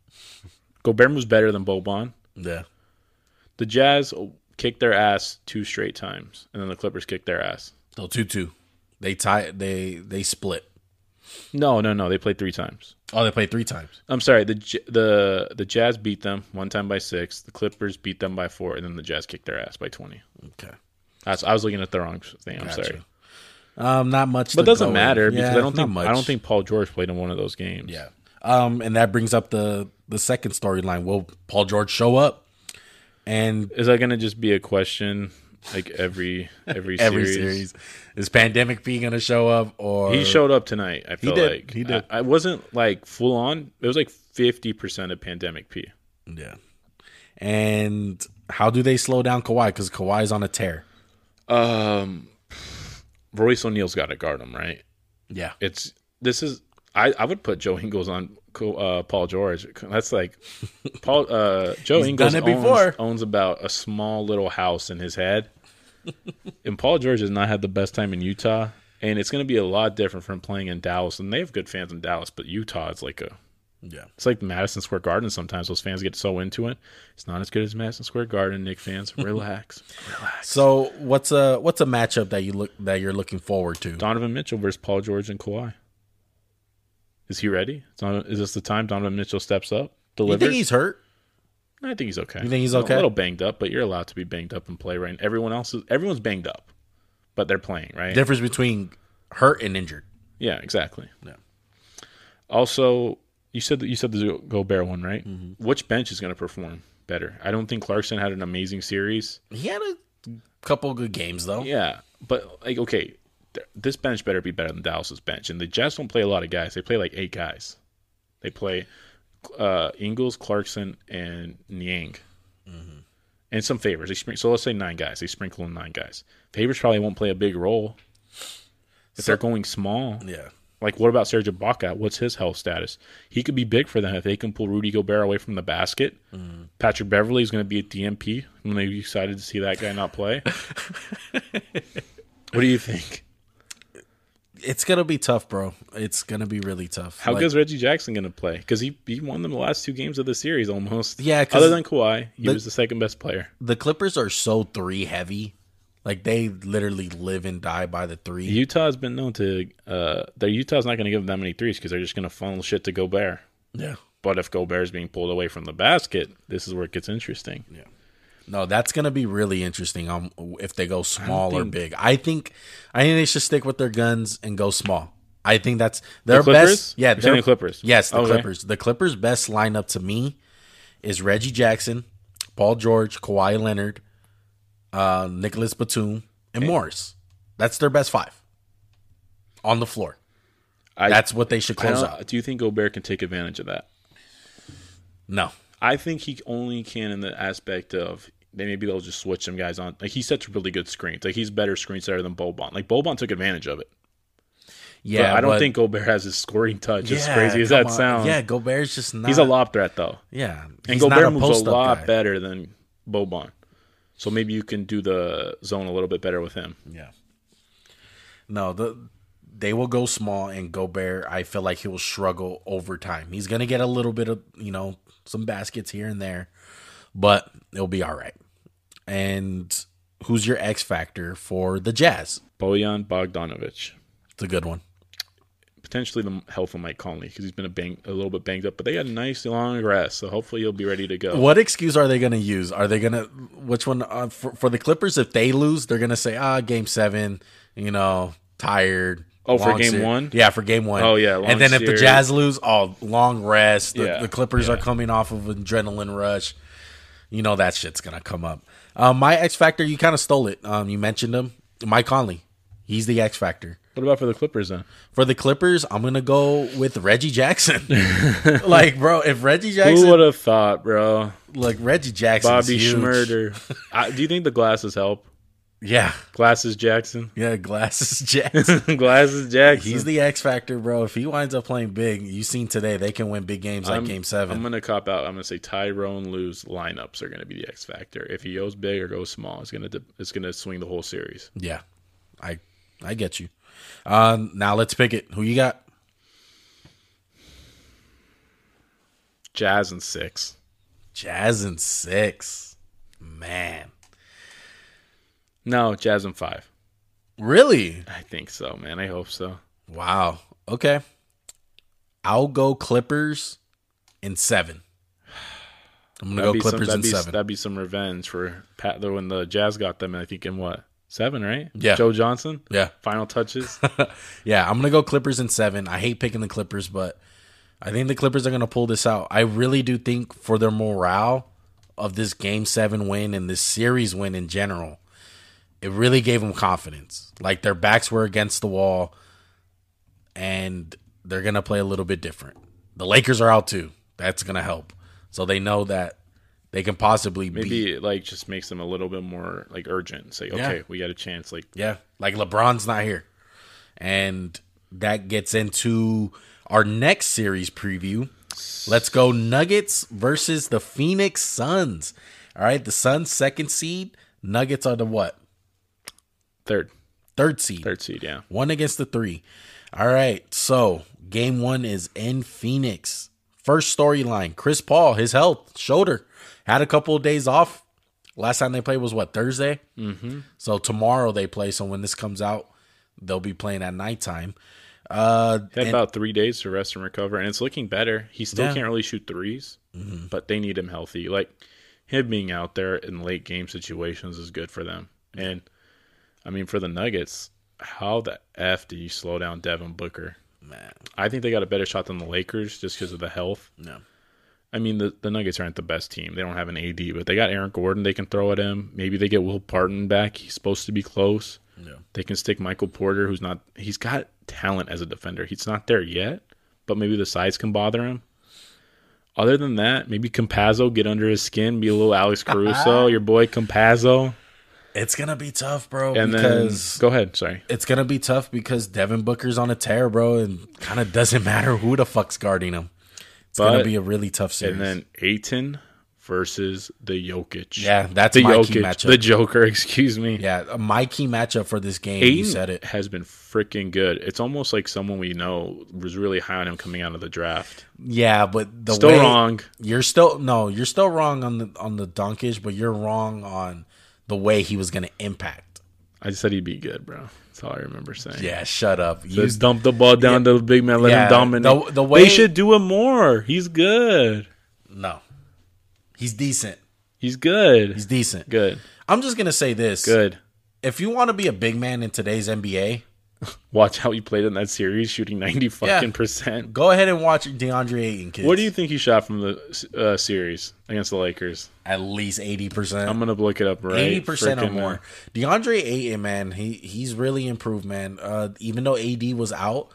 Gobert was better than Boban.
Yeah.
The Jazz kicked their ass two straight times, and then the Clippers kicked their ass.
No, two two. They tie. They they split.
No, no, no. They played three times.
Oh, they played three times.
I'm sorry. The J- the the Jazz beat them one time by six. The Clippers beat them by four, and then the Jazz kicked their ass by twenty.
Okay.
That's, I was looking at the wrong thing. I'm
Gotcha.
sorry,
Um, not much.
but it doesn't matter because I don't think
much.
I don't think Paul George played in one of those games.
Yeah. Um, and that brings up the the second storyline. Will Paul George show up? And
is that going to just be a question like every every,
every
series?
series is pandemic P going to show up or
He showed up tonight. I feel
did.
like
He did.
I, I wasn't like full on. It was like fifty percent of pandemic P.
Yeah. And how do they slow down Kawhi? Because Kawhi's on a tear.
Um, Royce O'Neal's got to guard him, right?
Yeah.
It's this is I, I would put Joe Ingles on Co- uh, Paul George. That's like Paul uh, Joe
He's
Ingles
done it
owns-
before.
Owns, about a small little house in his head, and Paul George has not had the best time in Utah. And it's going to be a lot different from playing in Dallas, and they have good fans in Dallas, but Utah is like a
Yeah.
it's like Madison Square Garden. Sometimes those fans get so into it, it's not as good as Madison Square Garden. Nick fans, relax.
So what's a what's a matchup that you look that you're looking forward to?
Donovan Mitchell versus Paul George and Kawhi. Is he ready? It's not- Is this the time Donovan Mitchell steps up?
You
Delivers?
think he's hurt?
I think he's okay.
You think he's okay?
A little banged up, but you're allowed to be banged up and play right. Everyone else is everyone's banged up, but they're playing right.
Difference between hurt and injured.
yeah, exactly.
Yeah.
Also, you said that you said the Gobert one, right?
Mm-hmm.
Which bench is going to perform better? I don't think Clarkson had an amazing series.
He had a couple good games though.
Yeah, but like okay, th- this bench better be better than Dallas's bench, and the Jazz don't play a lot of guys. They play like eight guys. They play uh, Ingles, Clarkson, and Niang, and some favors. They spring- so let's say nine guys. They sprinkle in nine guys. Favors probably won't play a big role if they're going small.
Yeah.
Like what about Serge Ibaka? What's his health status? He could be big for them if they can pull Rudy Gobert away from the basket.
Mm.
Patrick Beverly is going to be at DMP. I'm going to be excited to see that guy not play. what do you think?
It's gonna be tough, bro. It's gonna be really tough.
How
Like,
good is Reggie Jackson going to play? Because he he won them the last two games of the series almost.
Yeah, 'cause
Other than Kawhi, he
the-
was the second best player.
the Clippers are so three heavy. Like they literally live and die by the three.
Utah has been known to. Uh, their Utah's not going to give them that many threes because they're just going to funnel shit to Gobert.
yeah.
But if Gobert is being pulled away from the basket, this is where it gets interesting.
No, that's gonna be really interesting. Um, if they go small or big, I think, I think they should stick with their guns and go small. I think that's their
Clippers?
best. Yeah,
You're saying
their-
the Clippers.
Yes, the
Okay.
Clippers. The Clippers' best lineup to me is Reggie Jackson, Paul George, Kawhi Leonard, uh, Nicholas Batum, and Morris. That's their best five on the floor.
I-
That's what they should
I
close
don't-
out.
Do you think Gobert can take advantage of that?
No,
I think he only can in the aspect of they maybe they'll just switch some guys on. Like he sets really good screens. Like he's better screen setter than Boban. Like Boban took advantage of it. But
yeah,
I don't
but-
think Gobert has his scoring touch. as
Yeah,
crazy as
come
that
on.
sounds,
Yeah, Gobert's just not.
he's a lob threat though,
Yeah,
and
he's not
Gobert moves a
post-up
lot
guy.
better than Boban. So maybe you can do the zone a little bit better with him.
Yeah. No, the they will go small and Gobert, I feel like he will struggle over time. He's going to get a little bit of, you know, some baskets here and there, but it'll be all right. And who's your X factor for the Jazz?
Bojan Bogdanovic,
It's a good one.
potentially the health of Mike Conley because he's been a bang, a little bit banged up, but they got a nice long rest, so hopefully he'll be ready to go.
What excuse are they going to use? Are they going to which one uh, for, for the Clippers? If they lose, they're going to say, "Ah, game seven, you know, tired."
Oh, for
long
game one?
yeah, for game one.
Oh, yeah, long
and then if the
series.
Jazz lose, oh, long rest. The,
Yeah,
the Clippers are coming off of an adrenaline rush. You know that shit's gonna come up. Um, my X factor, you kind of stole it. Um, you mentioned him, Mike Conley. He's the X factor.
What about for the Clippers then?
For the Clippers, I'm gonna go with Reggie Jackson. like, bro, if Reggie
Who
Jackson,
would have thought, bro?
like Reggie Jackson,
Bobby
huge.
Schmurder. I, do you think the glasses help?
yeah,
Glasses Jackson.
Yeah, glasses Jackson.
glasses Jackson.
He's the X factor, bro. If he winds up playing big, you seen today they can win big games like
I'm-
Game
I'm
7
gonna cop out. I'm gonna say Tyrone Lue's lineups are gonna be the X factor. If he goes big or goes small, it's gonna dip- it's gonna swing the whole series.
yeah, I I get you. Uh, now let's pick it. Who you got?
Jazz and six.
Jazz and six, man.
No, Jazz and five.
Really?
I think so, man. I hope so.
Wow. Okay. I'll go Clippers in seven. I'm gonna
That'd
go
be some,
Clippers
that'd
in
be,
seven.
That'd be some revenge for Pat though when the Jazz got them. I think in what seven, right?
Yeah.
Joe Johnson.
yeah,
Final touches.
yeah. I'm gonna go Clippers in seven. I hate picking the Clippers, but I think the Clippers are going to pull this out. I really do think for their morale of this game 7 win and this series win in general, it really gave them confidence. Like their backs were against the wall and they're going to play a little bit different. The Lakers are out too. That's going to help. So they know that they can possibly beat
Maybe it like just makes them a little bit more like urgent. Say, okay, we got a chance. Like
Yeah. Like LeBron's not here. And that gets into our next series preview. Let's go Nuggets versus the Phoenix Suns. All right. The Suns, second seed. Nuggets are the what?
third,
Third seed.
third seed. Yeah.
One against the three. All right. So game one is in Phoenix. First storyline Chris Paul, his health, shoulder. Had a couple of days off. Last time they played was what, Thursday? Mm-hmm. So tomorrow they play. So when this comes out, they'll be playing at nighttime. Uh,
Had about three days to rest and recover, and it's looking better. He still
Yeah. Mm-hmm.
can't really shoot 3s but they need him healthy. Like him being out there in late game situations is good for them. And I mean, for the Nuggets, how the f do you slow down Devin Booker?
man,
I think they got a better shot than the Lakers just because of the health.
no.
I mean, the, the Nuggets aren't the best team. They don't have an AD, but they got Aaron Gordon they can throw at him. Maybe they get Will Parton back. He's supposed to be close.
Yeah.
They can stick Michael Porter, who's not, he's got talent as a defender. He's not there yet, but maybe the size can bother him. Other than that, maybe Compazzo get under his skin, be a little Alex Caruso, your boy Compazzo.
It's going to be tough, bro.
And
because.
then, go ahead. Sorry.
it's gonna be tough because Devin Booker's on a tear, bro, and kind of doesn't matter who the fuck's guarding him. It's gonna
But-
be a really tough series.
And then Aiton versus the Jokic.
yeah, that's
The
my key
Jokic,
matchup.
the Joker, excuse me.
Yeah, uh, my key matchup for this game. You
Aiden
said it.
has been freaking good. It's almost like someone we know was really high on him coming out of the draft.
Yeah, but the
Still
way
wrong.
you're still no, you're still wrong on the on the dunkage, but you're wrong on the way he was going to impact.
I said he'd be good, bro. That's all I remember saying.
Yeah, shut up. You
Just dump the ball down to the big man, let
Yeah,
him dominate.
the- the way-
they should do it more. He's good.
no. He's decent.
He's good.
He's decent.
good.
I'm just going to say this.
Good.
If you want to be a big man in today's NBA,
Watch how he played in that series, shooting ninety fucking percent.
go ahead and watch DeAndre Ayton kids.
What do you think he shot from the uh, series against the Lakers?
at least 80%.
I'm gonna look it up right.
eighty percent or
Freaking, uh,
more. DeAndre Ayton, man, he he's really improved, man. Uh, even though AD was out,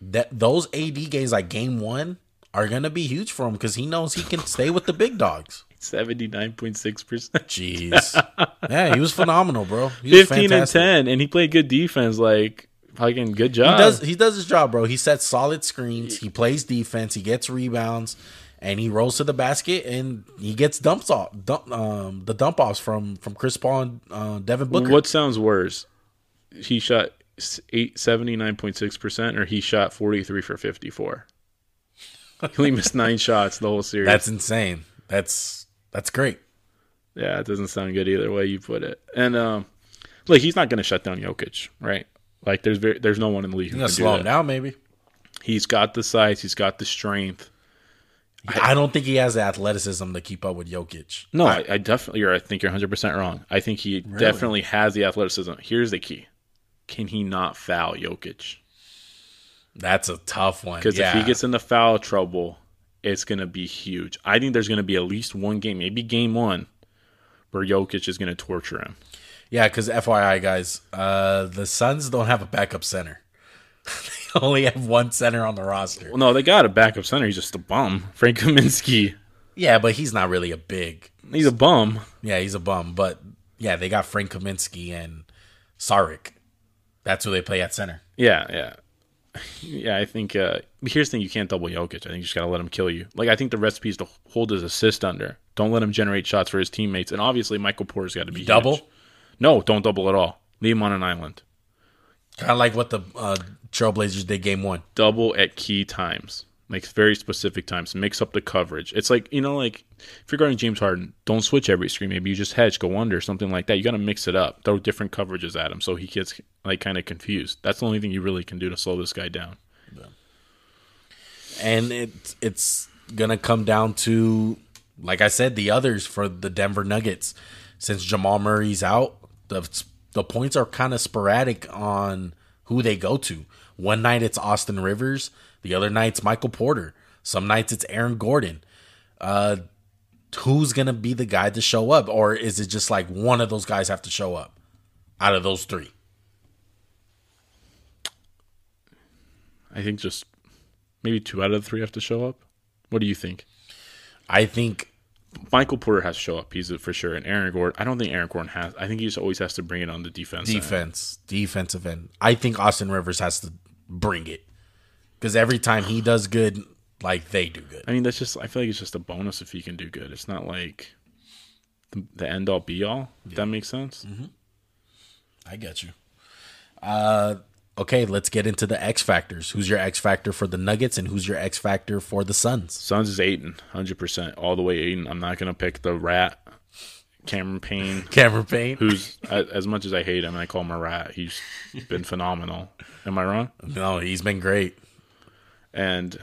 that those AD games like game one are gonna be huge for him because he knows he can stay with the big dogs.
79.6%.
Jeez, yeah, he was phenomenal, bro. He was
15
fantastic.
and 10 and he played good defense like fucking good
He
job
does he does his job, bro. He sets solid screens. He plays defense. He gets rebounds, and he rolls to the basket and he gets dumps off dump, um the dump offs from from Chris Paul and uh, Devin Booker.
what sounds worse he shot eight seventy nine point six percent, or he shot forty three for fifty four. He only missed nine shots the whole series.
That's insane. That's that's great.
yeah, it doesn't sound good either way you put it. And um, look, he's not going to shut down Jokic, right? Like there's very, there's no one in the league who
You're gonna
can do
slow him
that.
down, maybe.
He's got the size, he's got the strength.
I don't think he has the athleticism to keep up with Jokic.
No, I, I definitely, you're, I think you're 100% wrong. I think he definitely has the athleticism. Here's the key can he not foul Jokic?
That's a tough one.
Because
yeah.
if he gets into foul trouble, it's going to be huge. I think there's going to be at least one game, maybe game one, where Jokic is going to torture him.
yeah, because FYI, guys, uh, the Suns don't have a backup center. they only have one center on the roster.
Well, no, they got a backup center. He's just a bum. Frank Kaminsky,
Yeah, but he's not really a big.
he's a bum.
Yeah, he's a bum. But yeah, they got Frank Kaminsky and Saric. That's who they play at center.
Yeah, yeah. Yeah, I think uh but here's the thing you can't double Jokic. I think you just gotta let him kill you. Like I think the recipe is to hold his assist under. Don't let him generate shots for his teammates. And obviously Michael Porter's gotta be huge.
Double,
No, don't double at all. Leave him on an island.
kind of like what the uh, Trailblazers did game one.
Double at key times. Like very specific times. Mix up the coverage. It's like you know, like if you're guarding James Harden, don't switch every screen. Maybe you just hedge, go under, something like that. You gotta mix it up. Throw different coverages at him so he gets like kind of confused. That's the only thing you really can do to slow this guy down.
and it it's gonna come down to like I said, the others for the Denver Nuggets. Since Jamal Murray's out, the the points are kind of sporadic on who they go to. One night it's Austin Rivers, the other night's Michael Porter. Some nights it's Aaron Gordon. Uh, who's gonna be the guy to show up, or is it just like one of those guys have to show up out of those three?
I think just maybe two out of the three have to show up. What do you think?
I think
Michael Porter has to show up. He's a- for sure. And Aaron Gordon, I don't think Aaron Gordon has. I think he just always has to bring it on the defense. end.
defense, defensive end. I think Austin Rivers has to bring it because every time he does good, like they do good.
I mean, that's just. I feel like it's just a bonus if he can do good. It's not like the, the end all be all. If that makes sense.
I get you. Uh, okay, let's get into the X factors. Who's your X factor for the Nuggets, and who's your X factor for the Suns?
Suns is Aiden, hundred percent, all the way Aiden. I'm not gonna pick the rat, Cameron Payne.
Cameron Payne.
Who's a- as much as I hate him, I call him a rat. He's been phenomenal. Am I wrong?
No, he's been great.
And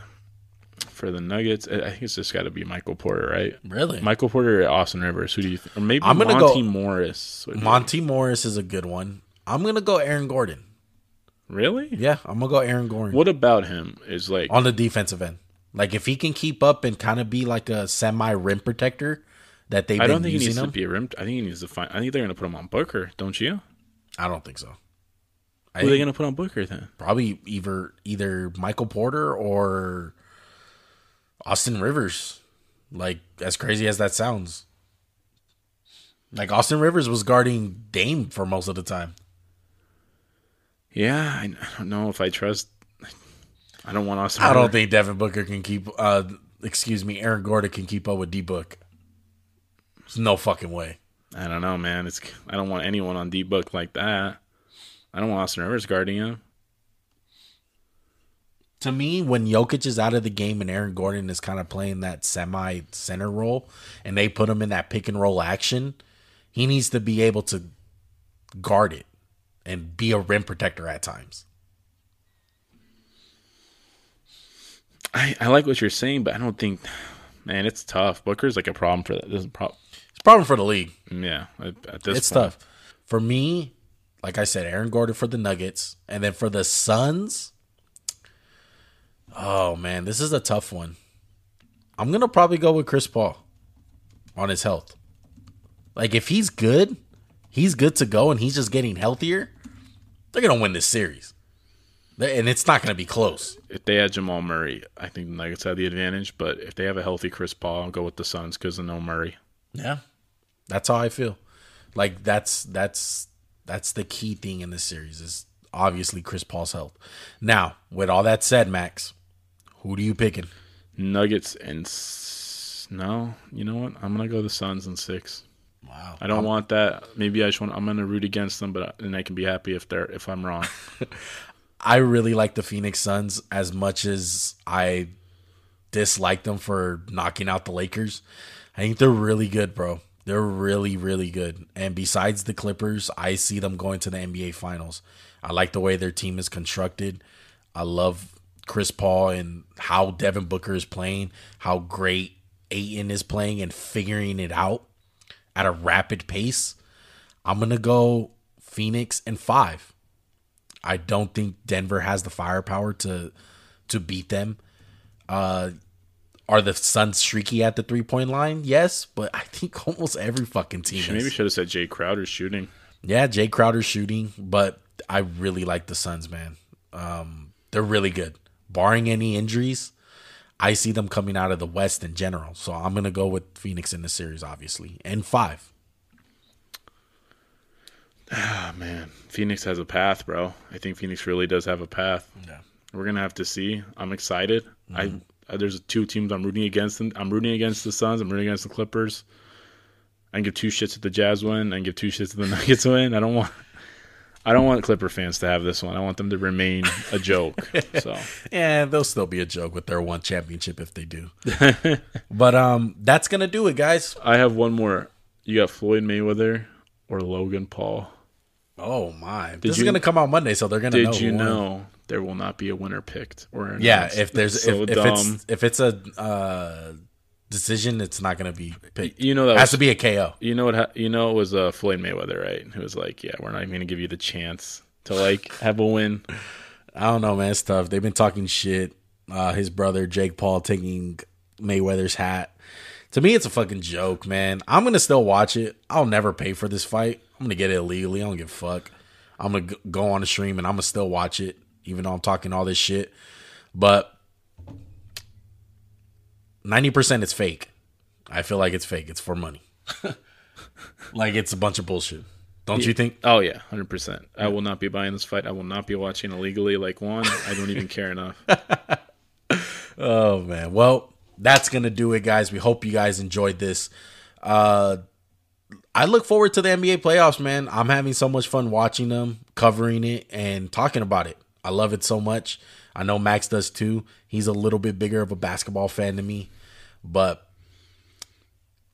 for the Nuggets, I I think it's just got to be Michael Porter, right?
Really,
Michael Porter or Austin Rivers? Who do you think? Or maybe
I'm gonna
Monty
go-
Morris. would be-
Monty Morris is a good one. I'm gonna go Aaron Gordon.
really?
Yeah, I'm gonna go Aaron Gordon
What about him is like
on the defensive end. Like if he can keep up and kind of be like a semi rim protector that they've
I don't
been
think he
using
needs
him.
to be a rim. I think he needs to find. I think they're gonna put him on Booker, don't you?
I don't think so. I
Who are they
think
gonna put on Booker then?
probably either either Michael Porter or Austin Rivers. Like as crazy as that sounds. Like Austin Rivers was guarding Dame for most of the time.
Yeah, I, I don't know if I trust. I don't want Austin.
I
Rivers.
don't think Devin Booker can keep uh excuse me, Aaron Gordon can keep up with D Book. There's no fucking way.
I don't know, man. It's I don't want anyone on D book like that. I don't want Austin Rivers guarding him.
To me, when Jokic is out of the game and Aaron Gordon is kind of playing that semi center role and they put him in that pick and roll action, he needs to be able to guard it and be a rim protector at times.
I, I like what you're saying, but I don't think. Man, it's tough. Booker's like a problem for that. This is a pro-
It's a problem for the league.
Yeah, at, at this
it's
point.
tough. For me, like I said, Aaron Gordon for the Nuggets. And then for the Suns, oh man, this is a tough one. I'm gonna probably go with Chris Paul on his health. Like if he's good, he's good to go and he's just getting healthier, they're gonna win this series. They- And it's not gonna be close.
If they had Jamal Murray, I think the Nuggets have the advantage. But if they have a healthy Chris Paul, I'll go with the Suns because of no Murray.
Yeah. That's how I feel. Like that's that's that's the key thing in this series is obviously Chris Paul's health. Now, with all that said, Max, who do you picking?
Nuggets and s- no, you know what? I'm gonna go the Suns and six.
Wow.
I don't want that. Maybe I just want. I'm going to root against them, but and I can be happy if they're if I'm wrong.
I really like the Phoenix Suns as much as I dislike them for knocking out the Lakers. I think they're really good, bro. They're really, really good. And besides the Clippers, I see them going to the NBA Finals. I like the way their team is constructed. I love Chris Paul and how Devin Booker is playing, how great Aiton is playing and figuring it out at a rapid pace. I'm going to go Phoenix and five. I don't think Denver has the firepower to to beat them. Uh, are the Suns streaky at the three point line? Yes, but I think almost every fucking team
Maybe
is.
should have said Jay Crowder shooting.
Yeah, Jay Crowder's shooting, but I really like the Suns, man. Um, they're really good. Barring any injuries, I see them coming out of the West in general. So I'm gonna go with Phoenix in the series, obviously, and five.
Oh man, Phoenix has a path, bro. I think Phoenix really does have a path.
Yeah. Mm-hmm.
We're gonna have to see. I'm excited. I uh, there's two teams I'm rooting against. and- I'm rooting against the Suns. I'm rooting against the Clippers. I can give two shits at the Jazz win. I can give two shits at the Nuggets win. I don't want. I don't want Clipper fans to have this one. I want them to remain a joke. so
Yeah, they'll Eh, still be a joke with their one championship if they do. but um, that's gonna do it, guys.
I have one more. You got Floyd Mayweather or Logan Paul.
Oh my! this is
you-
gonna come out Monday, so they're gonna.
Did
know
you
who won.
know there will not be a winner picked or
Yeah,
announced?
if there's
So
if, if it's if it's a uh, decision, it's not gonna be picked.
you know that
It has
was
to be a KO.
you know what ha- you know it was uh, Floyd Mayweather, right? Who was like, "Yeah, we're not even going to give you the chance to like have a win."
I don't know, man. It's tough. They've been talking shit. Uh, his brother Jake Paul taking Mayweather's hat. To me, it's a fucking joke, man. I'm gonna still watch it. I'll never pay for this fight. I'm gonna get it illegally. I don't give a fuck. I'm gonna g- go on a stream and I'm gonna still watch it, even though I'm talking all this shit. But ninety percent it's fake. I feel like it's fake. It's for money. like it's a bunch of bullshit. Don't you think?
Oh yeah, hundred percent. I will not be buying this fight. I will not be watching illegally. Like one, I don't even care enough.
Oh man. Well, that's gonna do it, guys. We hope you guys enjoyed this. Uh I look forward to the NBA playoffs, man. I'm having so much fun watching them, covering it, and talking about it. I love it so much. I know Max does too. He's a little bit bigger of a basketball fan than me. But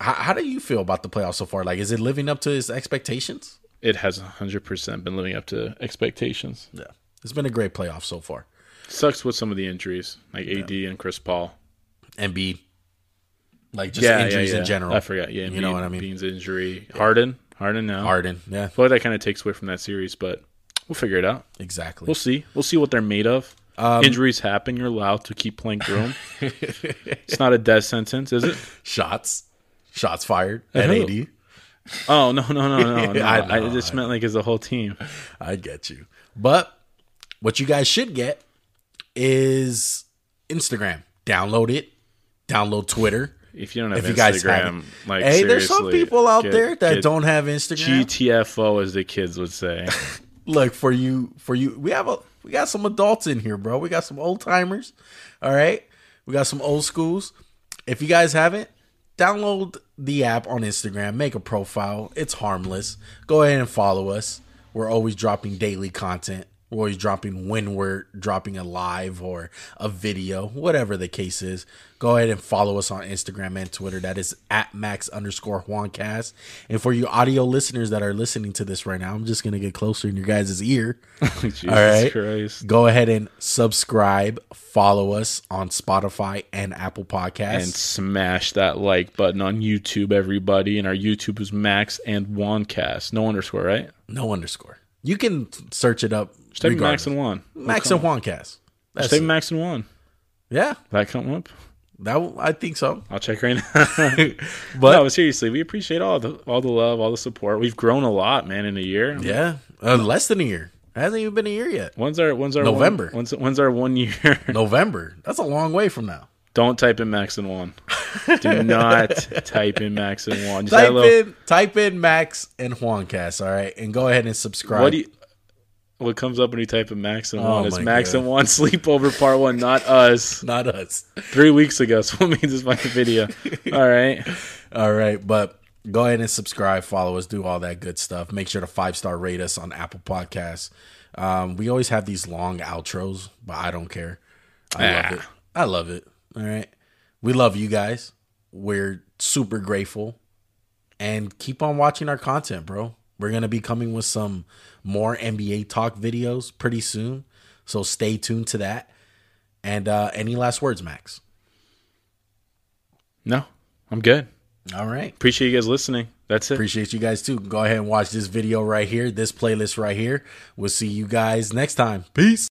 how, how do you feel about the playoffs so far? Like, is it living up to his expectations?
It has hundred percent been living up to expectations.
Yeah. It's been a great playoff so far.
Sucks with some of the injuries, like AD and Chris Paul.
Embiid. Like just injuries in general.
I forgot. Yeah,
You know
Embiid-
what I mean?
Bean's injury. Harden, Harden now.
Harden. Yeah,
I feel like that kind of takes away from that series, but we'll figure it out.
exactly.
We'll see. We'll see what they're made of.
Um,
Injuries happen. You're allowed to keep playing through them. it's not a death sentence, is it?
shots, shots fired at
who?
AD.
Oh no, no, no, no! no.
I
I,
know,
just meant like as a whole team.
I get you. But what you guys should get is Instagram. Download it. Download Twitter.
If you don't have
If
Instagram,
you guys have it.
like
hey, there's some
seriously,
people out
get-
there that
get
don't have Instagram.
GTFO, as the kids would say.
Look for you. For you, we have a we got some adults in here, bro. We got some old timers. All right, we got some old schools. If you guys haven't, download the app on Instagram. Make a profile. It's harmless. Go ahead and follow us. We're always dropping daily content. We're always dropping when we're dropping a live or a video, whatever the case is. Go ahead and follow us on Instagram and Twitter. That is at max underscore Juancast. And for you audio listeners that are listening to this right now, I'm just gonna get closer in your guys' ear.
Jesus
right.
Christ!
Go ahead and subscribe, follow us on Spotify and Apple Podcasts.
And smash that like button on YouTube, everybody. And our YouTube is Max and Wancast. No underscore, right?
No underscore. You can search it up.
Just type
regardless.
Max and Juan.
Max and Juancast.
Just
That's
type
it.
Max and Juan.
yeah,
That come up.
that w- I think so.
I'll check right now. but
But-
no, seriously, we appreciate all the all the love, all the support. We've grown a lot, man, in a year.
Yeah, uh, less than a year. It hasn't even been a year yet.
When's our when's our
November.
One, when's, when's our one year?
November. That's a long way from now.
Don't type in Max and one. Do not type in Max and one. Just that
Type
little-
in, type in Max and Juancast. All right, and go ahead and subscribe.
What do you? What comes up when you type in Max and
Oh
one is
my
Max
God.
and one sleepover part one, not us.
Not us.
Three weeks ago, someone made this fucking video. All right,
All right, but Go ahead and subscribe, follow us, do all that good stuff. Make sure to five star rate us on Apple Podcasts. Um, we always have these long outros, but I don't care. I love
Ah.
it. I love it. All right. We love you guys. We're super grateful. And keep on watching our content, bro. We're going to be coming with some more NBA talk videos pretty soon. So stay tuned to that. And uh, any last words, Max?
No, I'm good.
All right.
Appreciate you guys listening. That's it.
Appreciate you guys too. Go ahead and watch this video right here, this playlist right here. We'll see you guys next time. Peace.